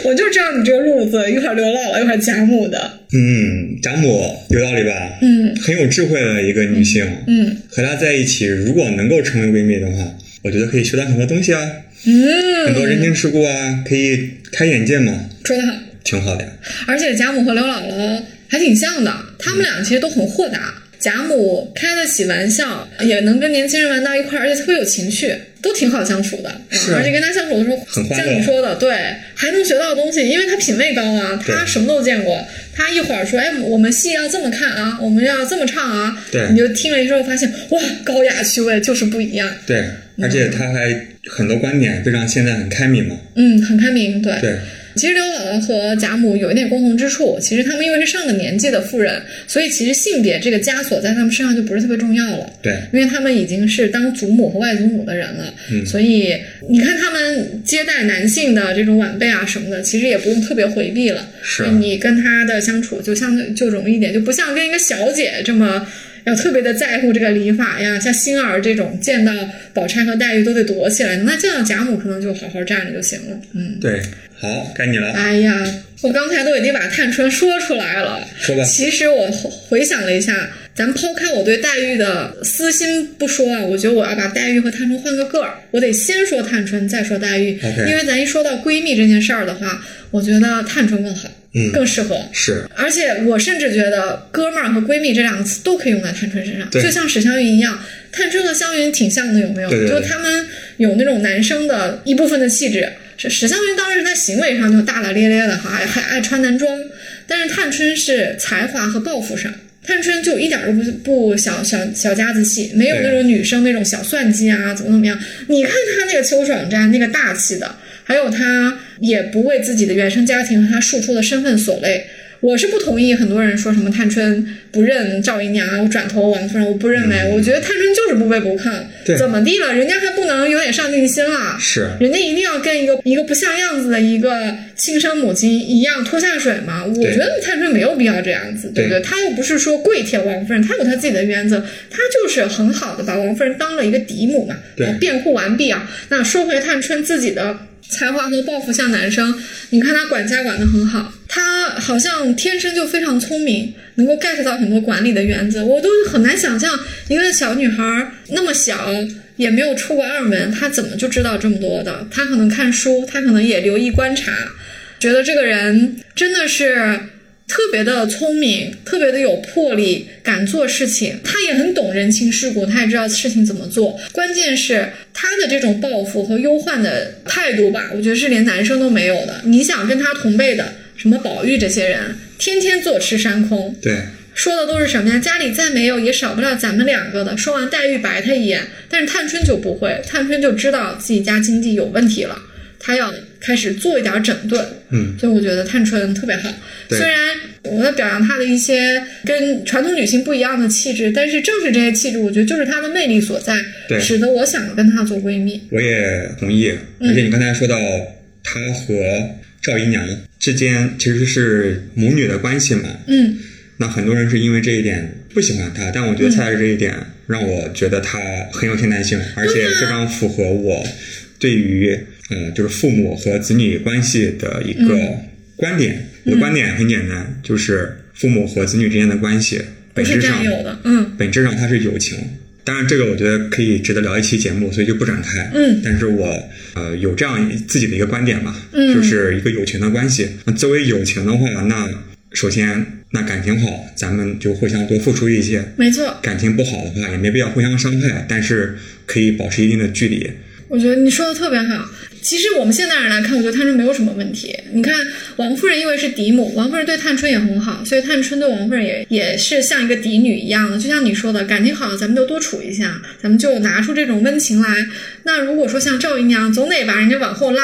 我就知道你这个路子，一会儿刘姥姥，一会儿贾母的。
嗯，贾母有道理吧？
嗯，
很有智慧的一个女性。
嗯
和她在一起，如果能够成为闺蜜的话，我觉得可以学到很多东西啊，很
嗯，
多人情世故啊，可以开眼界嘛，
说得好。
挺好的呀。
而且贾母和刘姥姥还挺像的，他们俩其实都很豁达。贾母开得起玩笑，也能跟年轻人玩到一块儿，而且特别有情趣，都挺好相处的。
是啊
而且跟他相处的时候，
很欢乐
像你说的，对，还能学到东西，因为他品味高啊，
对
他什么都见过。他一会儿说，哎，我们戏要这么看啊，我们要这么唱啊，
对
你就听了之后发现，哇，高雅趣味就是不一样，
对，
嗯
而且她还很多观点非常现在很开明嘛。
嗯，很开明，对。
对，
其实刘姥姥和贾母有一点共同之处，其实他们因为是上了年纪的妇人，所以其实性别这个枷锁在他们身上就不是特别重要了。
对
因为他们已经是当祖母和外祖母的人了，
嗯
所以你看他们接待男性的这种晚辈啊什么的，其实也不用特别回避了。
是啊
那你跟他的相处就相对就容易一点，就不像跟一个小姐这么。要特别的在乎这个礼法呀，像星儿这种见到宝钗和黛玉都得躲起来，那见到贾母可能就好好站着就行了。嗯，
对，好，该你了，
哎呀，我刚才都已经把探春说出来了。
说吧。
其实我回想了一下，咱抛开我对黛玉的私心不说啊，我觉得我要把黛玉和探春换个个儿，我得先说探春，再说黛玉
OK
因为咱一说到闺蜜这件事儿的话，我觉得探春更好，
嗯
更适合。
是，
而且我甚至觉得“哥们儿”和“闺蜜”这两个词都可以用在探春身上，
对
就像史湘云一样，探春和湘云挺像的，有没有？
对对对
就是他们有那种男生的一部分的气质。史史湘云当然是在行为上就大大咧咧的，还还爱穿男装，但是探春是才华和抱负上。探春就一点都不不小小小家子气，没有
对
那种女生那种小算计啊，怎么怎么样？你看她那个秋爽斋那个大气的，还有她也不为自己的原生家庭和她庶出的身份所累。我是不同意很多人说什么探春不认赵姨娘，我转投王夫人，我不认为，我觉得探春就是不卑不亢，
嗯对
怎么地了？人家还不能有点上进心了，
是
人家一定要跟一个一个不像样子的一个亲生母亲一样拖下水吗？我
对
觉得探春没有必要这样子，对不对？
对
她又不是说跪舔王夫人，她有她自己的原则，她就是很好的把王夫人当了一个嫡母嘛，
对
啊辩护完毕啊。那说回探春自己的才华和抱负像男生，你看她管家管得很好，她好像天生就非常聪明，能够 get 到很多管理的原则。我都很难想象一个小女孩儿那么小。也没有出过二门，她怎么就知道这么多的？她可能看书，她可能也留意观察，觉得这个人真的是特别的聪明，特别的有魄力，敢做事情。他也很懂人情世故，他也知道事情怎么做。关键是他的这种抱负和忧患的态度吧，我觉得是连男生都没有的。你想跟他同辈的，什么宝玉这些人，天天坐吃山空，
对，
说的都是什么呀？家里再没有，也少不了咱们两个的。说完，黛玉白他一眼，但是探春就不会，探春就知道自己家经济有问题了，她要开始做一点整顿。
嗯，
所以我觉得探春特别好。
对
虽然我在表扬她的一些跟传统女性不一样的气质，但是正是这些气质，我觉得就是她的魅力所在
对，
使得我想跟她做闺蜜。
我也同意。而且你刚才说到她和赵姨娘之间其实是母女的关系嘛，
嗯，
那很多人是因为这一点不喜欢她，但我觉得恰恰是这一点、让我觉得她很有现代性，而且
啊
非常符合我对于嗯就是父母和子女关系的一个
嗯
观点。我的观点很简单，就是父母和子女之间的关系
不
本
是
质
占
上
有的。嗯
本质上它是友情。当然，这个我觉得可以值得聊一期节目，所以就不展开。
嗯
但是我呃有这样自己的一个观点吧，
嗯
就是一个友情的关系。那作为友情的话，那首先那感情好，咱们就互相多付出一些；
没错，
感情不好的话，也没必要互相伤害，但是可以保持一定的距离。
我觉得你说的特别好。其实我们现代人来看，我觉得探春没有什么问题。你看王夫人因为是嫡母，王夫人对探春也很好，所以探春对王夫人也也是像一个嫡女一样的。就像你说的，感情好，咱们就多处一下，咱们就拿出这种温情来。那如果说像赵姨娘，总得把人家往后拉。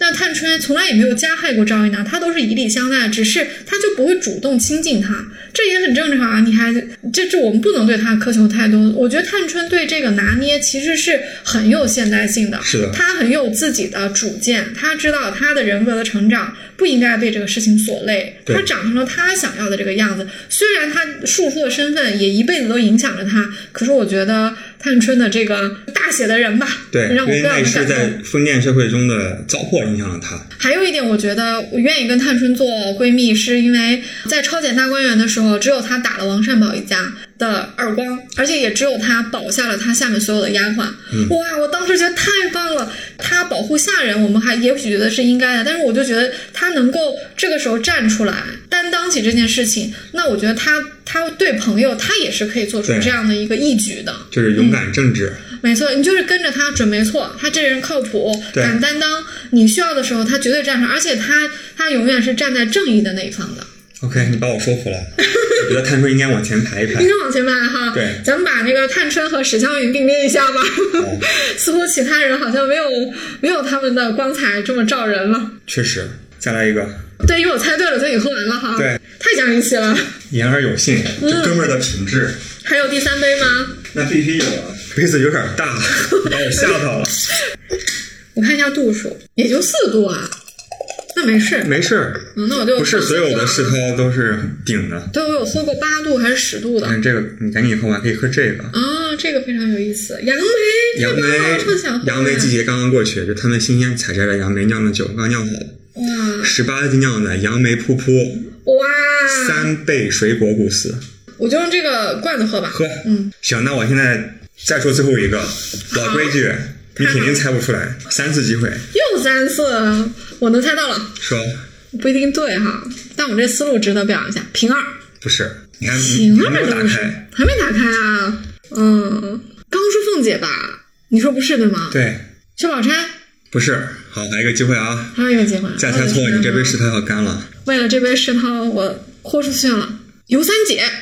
那探春从来也没有加害过赵姨娘，她都是以礼相待，只是她就不会主动亲近她，这也很正常啊。你还这这我们不能对她苛求太多。我觉得探春对这个拿捏其实是很有现代性的，
是的
她很有自己的主见，她知道她的人格的成长不应该被这个事情所累，
对
她长成了她想要的这个样子。虽然她庶出的身份也一辈子都影响着她，可是我觉得探春的这个大写的人吧，
对，
让我
因
非
为那
常的
是
感动。
在封建社会中的糟粕影响了他。
还有一点，我觉得我愿意跟探春做闺蜜，是因为在超检大观园的时候，只有她打了王善保一家的耳光，而且也只有她保下了她下面所有的丫鬟。
嗯
哇，我当时觉得太棒了！她保护下人，我们还也许觉得是应该的，但是我就觉得她能够这个时候站出来担当起这件事情，那我觉得她她对朋友，她也是可以做出
对
这样的一个义举的。
就是勇敢正直，
没错，你就是跟着他准没错，他这人靠谱，
对
敢担当，你需要的时候他绝对站上，而且他他永远是站在正义的那一方的。
OK，你把我说服了，我觉得探春应该往前排一 排
应。该往前迈哈，
对哦
咱们把那个探春和史湘云并列一下吧， 似乎其他人好像没有没有他们的光彩这么照人了。
确实，再来一个，
对，因为我猜对了，所以你喝完了哈，
对，
太讲义气了。
言而有信，
嗯
这哥们儿的品质、
还有第三杯吗？
那必须有啊。杯子 有点大，把我吓到了。
我看一下度数，也就四度啊，那没事，
没事儿，
嗯，那我就
不是所有的世
事。
涛都是顶的。
对，我有喝过八度还是十度的，
但这个你赶紧喝完，可以喝这个。
啊，这个非常有意思，杨梅，
杨
太
梅
棒了超想，喝
杨梅
的
季节刚刚过去，就他们新鲜采摘的杨梅酿的酒刚酿好的，
哇
十八斤酿的杨梅噗噗，
嗯哇，
三倍水果谷丝。
我就用这个罐子喝吧，
喝，嗯，行，那我现在再说最后一个，老规矩，你肯定猜不出来，三次机会，
又三次，我能猜到了，
说
不一定对哈，但我这思路值得表扬一下，平二，
不是，你还
平
嗯你还没
二
有
啊这
打
个是
开，
还没打开啊，嗯，刚说凤姐吧，你说不是对吗？，
对，
薛宝钗
不是，好，还有一个机会啊，
还有一个机会，
再猜错
我的天
你这杯
哪
石头要干了，
为了这杯世涛，我豁出去了，尤三姐。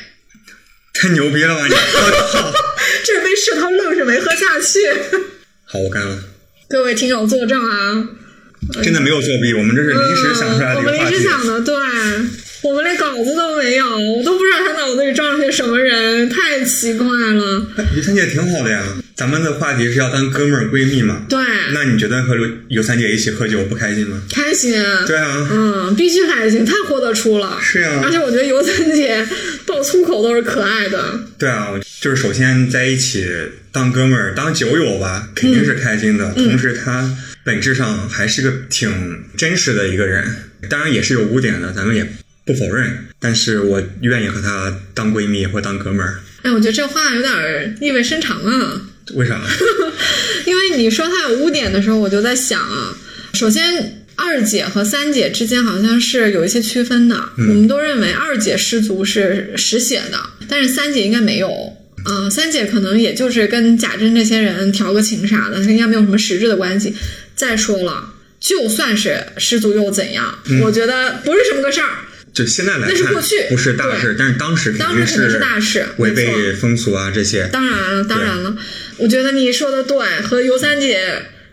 太牛逼了吧你，我操，
这杯世涛愣是没喝下去，
好，我干了，
各位听友作证啊！
真的没有作弊，我们这是临时想出来的
嗯
一个
我们
话
临时
题，
想的，对，我们连稿子都没有，我都不知道他脑子里装了些什么人，太奇怪了。
于三姐挺好的呀，咱们的话题是要当哥们儿闺蜜嘛，
对，
那你觉得和有三姐一起喝酒不开心吗？
开心。
对啊，
嗯，必须开心，太豁得出了。
是啊
而且我觉得尤三姐 爆粗口都是可爱的。
对啊，我就是首先在一起当哥们儿、当酒友吧，
嗯
肯定是开心的。同时，他本质上还是个挺真实的一个人，当然也是有污点的，咱们也不否认。但是我愿意和他当闺蜜或当哥们儿，
哎，我觉得这话有点儿意味深长啊。
为 啥？
因为你说他有污点的时候，我就在想啊，首先二姐和三姐之间好像是有一些区分的，我们都认为二姐失足是实写的，但是三姐应该没有。嗯、三姐可能也就是跟贾珍这些人调个情啥的，应该没有什么实质的关系。再说了，就算是失足又怎样？我觉得不是什么个事儿。
就现在来看，
那是过去
不是大事
对，
但是当时
当
肯
时
定
肯定是大事
违
没
背风俗啊这些。
当然了，当然了，我觉得你说的对，和尤三姐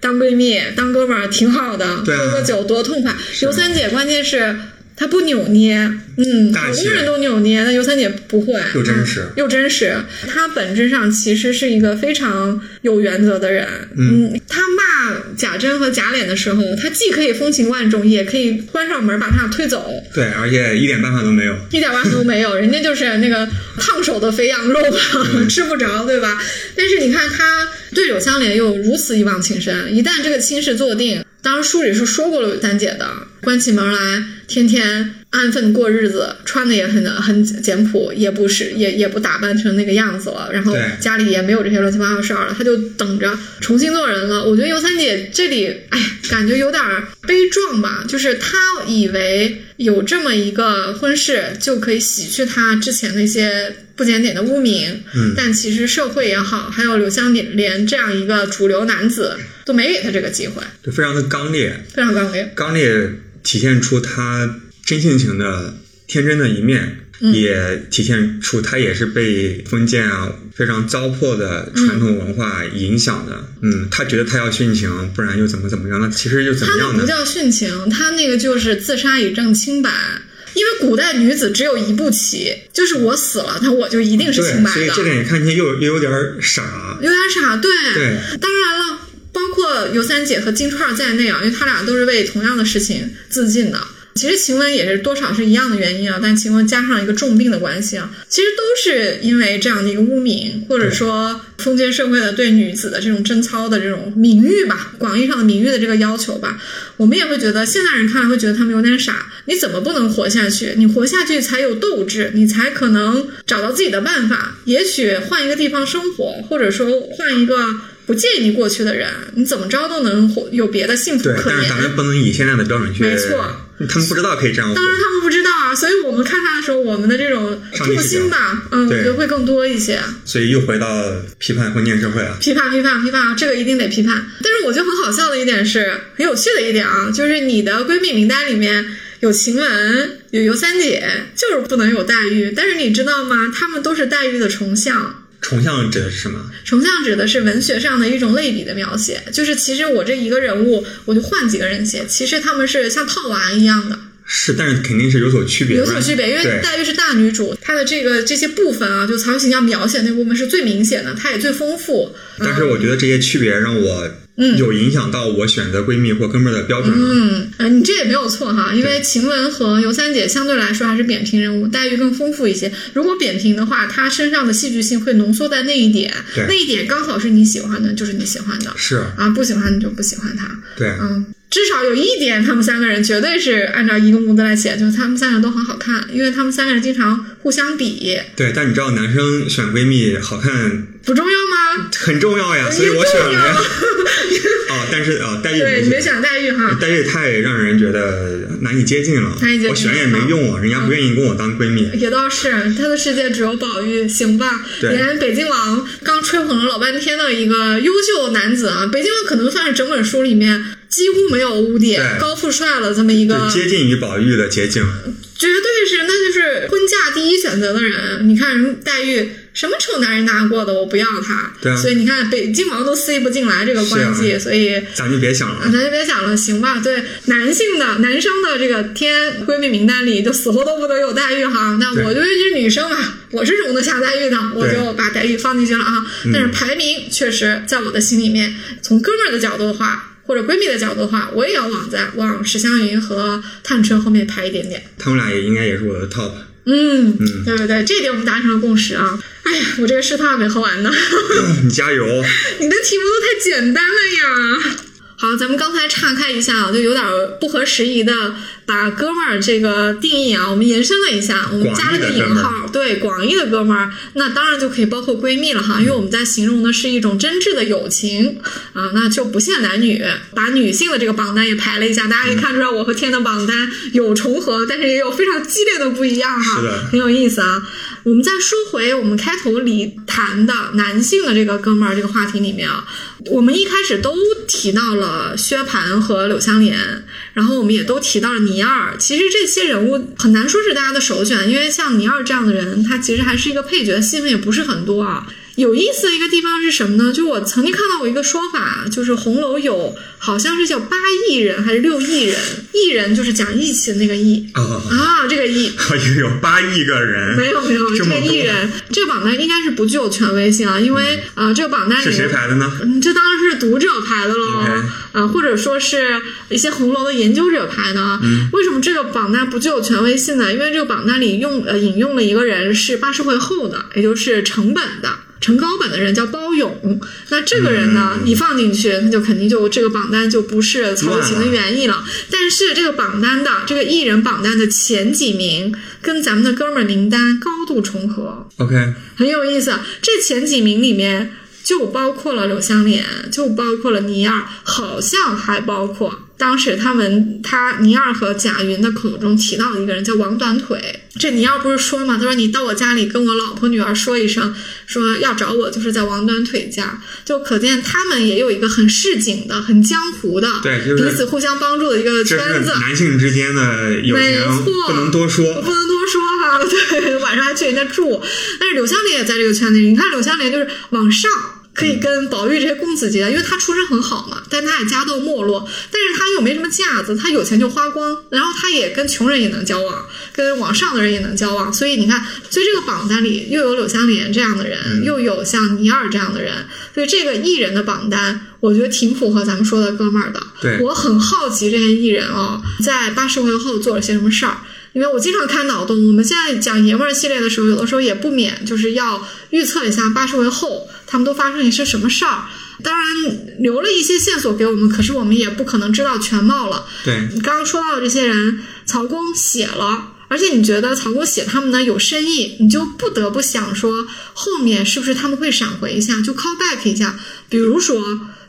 当闺蜜、当哥们儿挺好的，
对啊
喝个酒多痛快。尤三姐关键是她不扭捏，嗯，
大
好
气
多人都扭捏，但尤三姐不会，
又真实
嗯又真实。她本质上其实是一个非常有原则的人，嗯，她骂贾珍和贾琏的时候，她既可以风情万种，也可以关上门把他俩推走，
对，而且一点办法都没有。
一点办法都没有，人家就是那个烫手的肥羊肉嘛， 吃不着，对吧？但是你看他对柳湘莲又如此一往情深，一旦这个亲事做定，当然书里是说过了柳三姐的，关起门来天天安分过日子，穿的也很很简朴，也不是也也不打扮成那个样子了，然后
对
家里也没有这些乱七八糟的事儿了，他就等着重新做人了。我觉得尤三姐这里，哎，感觉有点儿悲壮吧，就是她以为有这么一个婚事就可以洗去她之前的一些不检点的污名，嗯，但其实社会也好，还有刘香莲这样一个主流男子都没给她这个机会，
就非常的刚烈，
非常刚烈，
刚烈体现出他真性情的天真的一面，
嗯
也体现出他也是被封建啊非常糟粕的传统文化影响的。嗯，他觉得他要殉情，不然又怎么怎么样？那其实又怎
他
么
那
样
不
呢？
叫殉情，他那个就是自杀以证清白。因为古代女子只有一步棋，就是我死了，那我就一定是清白
对，
的。
所以这点看起来又又有点傻。
有点傻，对，
对
当然了，包括尤三姐和金钏儿在内啊，因为他俩都是为同样的事情自尽的。其实晴雯也是多少是一样的原因啊，但晴雯加上一个重病的关系啊，其实都是因为这样的一个污名，或者说封建社会的对女子的这种贞操的这种名誉吧，广义上的名誉的这个要求吧，我们也会觉得现代人看来会觉得他们有点傻，你怎么不能活下去？你活下去才有斗志，你才可能找到自己的办法。也许换一个地方生活，或者说换一个不介意你过去的人，你怎么着都能活有别的幸福
对，
可
但是
言
咱。们不能以现在的标准去，
没错，
他们不知道可以这样活
当。然他们不知道啊，所以我们看他的时候，我们的这种
上帝
痛
视角
心吧，嗯，我
对
觉得会更多一些。
所以又回到批判封建社会啊了。
批判批判批判，这个一定得批判。但是我觉得很好笑的一点是，很有趣的一点啊，就是你的闺蜜名单里面有晴雯，有尤三姐，就是不能有黛玉。但是你知道吗？她们都是黛玉的重像。
崇尚指的是什么？
成像指的是文学上的一种类比的描写，就是其实我这一个人物，我就换几个人写，其实他们是像套娃一样的，
是，但是肯定是有所区别，
有
不
所
然
区别。因为
对
黛玉是大女主，她的这个这些部分啊，就曹雪芹要描写那部分是最明显的，她也最丰富。
但是我觉得这些区别让我有影响到我选择闺蜜或哥们儿的标准了。
嗯，呃，你这也没有错哈，因为晴雯和尤三姐相对来说还是扁平人物，黛玉更丰富一些。如果扁平的话，她身上的戏剧性会浓缩在那一点，
对
那一点刚好是你喜欢的，就是你喜欢的，
是
啊，不喜欢你就不喜欢她。
对，
嗯，至少有一点，他们三个人绝对是按照一个模子来写，就是他们三个人都很好看，因为他们三个人经常互相比，
对。但你知道，男生选闺蜜好看
不重要吗？
很重要 呀，所以我选了 呀。啊，但是啊，黛玉
对，
没
你别
选，
想黛玉哈，
黛玉太让人觉得难以接近了
难以接近。嗯
我选也没用啊，人家不愿意跟我当闺蜜。
也倒是，他的世界只有宝玉，行吧？
对
连北京王刚吹捧了老半天的一个优秀男子啊，北京王可能算是整本书里面几乎没有污点、
对
高富帅了这么一个
就接近于宝玉的捷径，
绝对是，那就是婚嫁第一选择的人。你看人黛玉，什么臭男人拿过的，我不要他。
对啊
所以你看北京王都塞不进来这个关系，
是啊
所以。
咱就别想了
啊。咱就别想了，行吧？对男性的、男生的这个天闺蜜名单里，就死活都不得有黛玉哈。那我就是女生嘛，我是容得下黛玉的，我就把黛玉放进去了啊。但是排名确实在我的心里面，从哥们儿的角度的话，或者闺蜜的角度的话，我也要往在往史湘云和探春后面排一点点。
他们俩也应该也是我的 top。
嗯，对对对，这一点我们达成了共识啊！哎呀，我这个试探还没喝完呢，
你加油！哦
你的题目都太简单了呀。好，咱们刚才岔开一下啊，就有点不合时宜的把哥们儿这个定义啊，我们延伸了一下，我们加了个引
广义的哥
号，对，广义的哥们儿，那当然就可以包括闺蜜了
嗯
哈，因为我们在形容的是一种真挚的友情啊，那就不限男女，把女性的这个榜单也排了一下，大家可以看出来我和天的榜单有重合，但是也有非常激烈的不一样哈。
是的
很有意思啊。我们再说回我们开头里谈的男性的这个哥们儿这个话题里面啊，我们一开始都提到了薛蟠和柳湘莲，然后我们也都提到了倪二。其实这些人物很难说是大家的首选，因为像倪二这样的人，他其实还是一个配角，戏份也不是很多啊。有意思的一个地方是什么呢？就我曾经看到过一个说法，就是红楼有好像是叫八亿人还是六亿人，亿人就是讲义气的那个义
啊，
啊，这个义。
我又哦有八亿个人，
没有没有，这
这
个
么多
艺人，这个榜单应该是不具有权威性啊，因为呃，这个榜单里
是谁排的呢？
嗯，这当然是读者排的喽
OK
啊，或者说是一些红楼的研究者排的啊。为什么这个榜单不具有权威性呢？因为这个榜单里用呃引用了一个人是八十回后的，也就是成本的。陈高版的人叫包勇，那这个人呢，你放进去，他就肯定就这个榜单就不是曹雪芹的原意了。但是这个榜单的这个艺人榜单的前几名跟咱们的哥们儿名单高度重合，
OK，
很有意思。啊这前几名里面就包括了柳湘莲，就包括了倪二，好像还包括当时他们他倪二和贾云的口中提到的一个人叫王短腿。这倪二不是说嘛，他说你到我家里跟我老婆女儿说一声，说要找我就是在王短腿家，就可见他们也有一个很市井的、很江湖的，
对就是
彼此互相帮助的一个圈
这是
子。
男性之间的友
没
情
错，
不能多说。
不能多说哈、 对，晚上还去人家住。但是柳湘莲也在这个圈子里，你看柳湘莲就是往上。可以跟宝玉这些公子级的，因为她出身很好嘛，但她也家道没落，但是她又没什么架子，她有钱就花光，然后她也跟穷人也能交往，跟往上的人也能交往，所以你看，所以这个榜单里又有柳湘莲这样的人，又有像倪二这样的人，所以这个艺人的榜单，我觉得挺符合咱们说的哥们儿的。
对
我很好奇这些艺人啊、在八十回后做了些什么事儿。因为我经常看脑洞，我们现在讲爷们儿系列的时候，有的时候也不免就是要预测一下八十回后他们都发生一些什么事儿。当然留了一些线索给我们，可是我们也不可能知道全貌了。
对，
你刚刚说到的这些人，曹公写了，而且你觉得曹公写他们呢有深意，你就不得不想说后面是不是他们会闪回一下，就 call back 一下，比如说。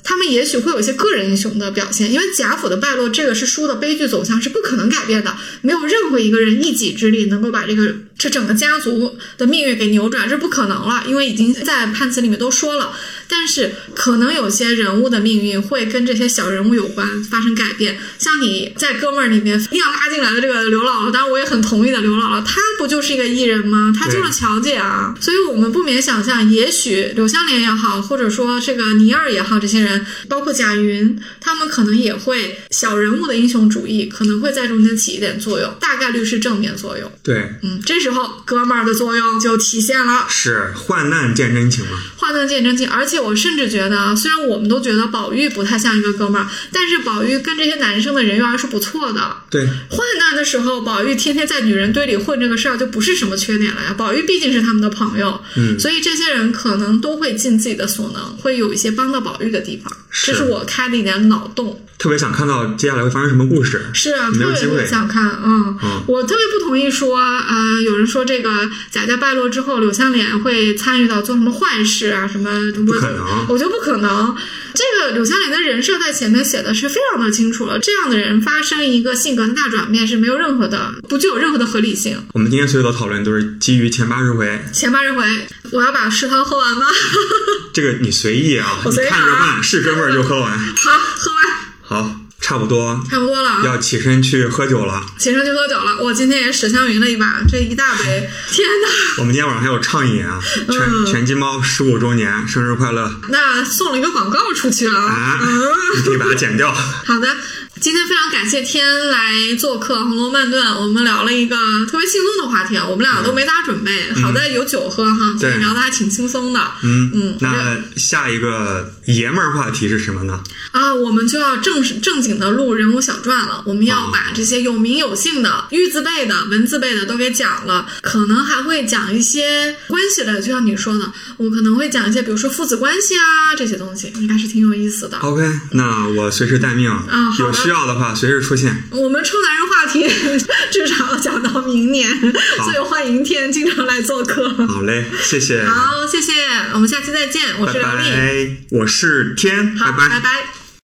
他们也许会有一些个人英雄的表现，因为贾府的败落，这个是书的悲剧走向是不可能改变的，没有任何一个人一己之力能够把这个这整个家族的命运给扭转，这不可能了，因为已经在判词里面都说了。但是可能有些人物的命运会跟这些小人物有关，发生改变。像你在哥们儿里面硬要拉进来的这个刘姥姥，当然我也很同意的刘姥姥，她不就是一个艺人吗？她就是乔姐啊。所以我们不免想象，也许柳湘莲也好，或者说这个倪二也好，这些人，包括贾云，他们可能也会小人物的英雄主义可能会在中间起一点作用，大概率是正面作用。
对，
嗯，这时候哥们儿的作用就体现了。
是患难见真情嘛？
画段见真情，而且我甚至觉得啊，虽然我们都觉得宝玉不太像一个哥们儿，但是宝玉跟这些男生的人缘儿是不错的。
对，
患难的时候，宝玉天天在女人堆里混这个事儿就不是什么缺点了呀。宝玉毕竟是他们的朋友，嗯，所以这些人可能都会尽自己的所能，会有一些帮到宝玉的地方。
是
这是我开的一点脑洞。
特别想看到接下来会发生什么故事。
是啊，
没
特
有机
别
会。
想看，嗯，
嗯
我特别不同意说，呃，有人说这个贾家败落之后，柳湘莲会参与到做什么坏事啊，什么不
可能
我觉得不可能。这个柳湘莲的人设在前面写的是非常的清楚了，这样的人发生一个性格的大转变是没有任何的，不具有任何的合理性。
我们今天所有的讨论都是基于前八十回，
前八十回，我要把食堂喝完吗？
这个你随意啊，
我
你
随意啊
看着办，是哥们儿就喝完。
好，喝完，
好，差不多
差不多了啊。
要起身去喝酒了。
起身去喝酒了，我今天也史湘云了一把，这一大 杯，天哪！
我们今天晚上还有畅饮啊，
嗯
全全金猫十五周年生日快乐！
那送了一个广告出去了。
啊
嗯，
你可以把它剪掉。
好的，今天非常感谢天来做客《红楼梦》段，我们聊了一个特别轻松的话题啊，我们俩都没咋准备，好在有酒喝哈，所以
嗯对
聊的还挺轻松的。
嗯
嗯
那下一个爷们儿话题是什么呢？
啊，我们就要正式正经的录人物小传了，我们要把这些有名有姓的、玉字辈的、文字辈的都给讲了，可能还会讲一些关系的，就像你说的，我可能会讲一些，比如说父子关系啊这些东西，应该是挺有意思的。
OK，那我随时待命，
嗯好的
有需要的话随时出现。
我们臭男人话题 至少要讲到明年，所以欢迎天经常来做客。
好嘞，谢谢，
好，谢谢，我们下期再见，我是
拜
刘丽，
拜，我是天，
好，
拜
拜拜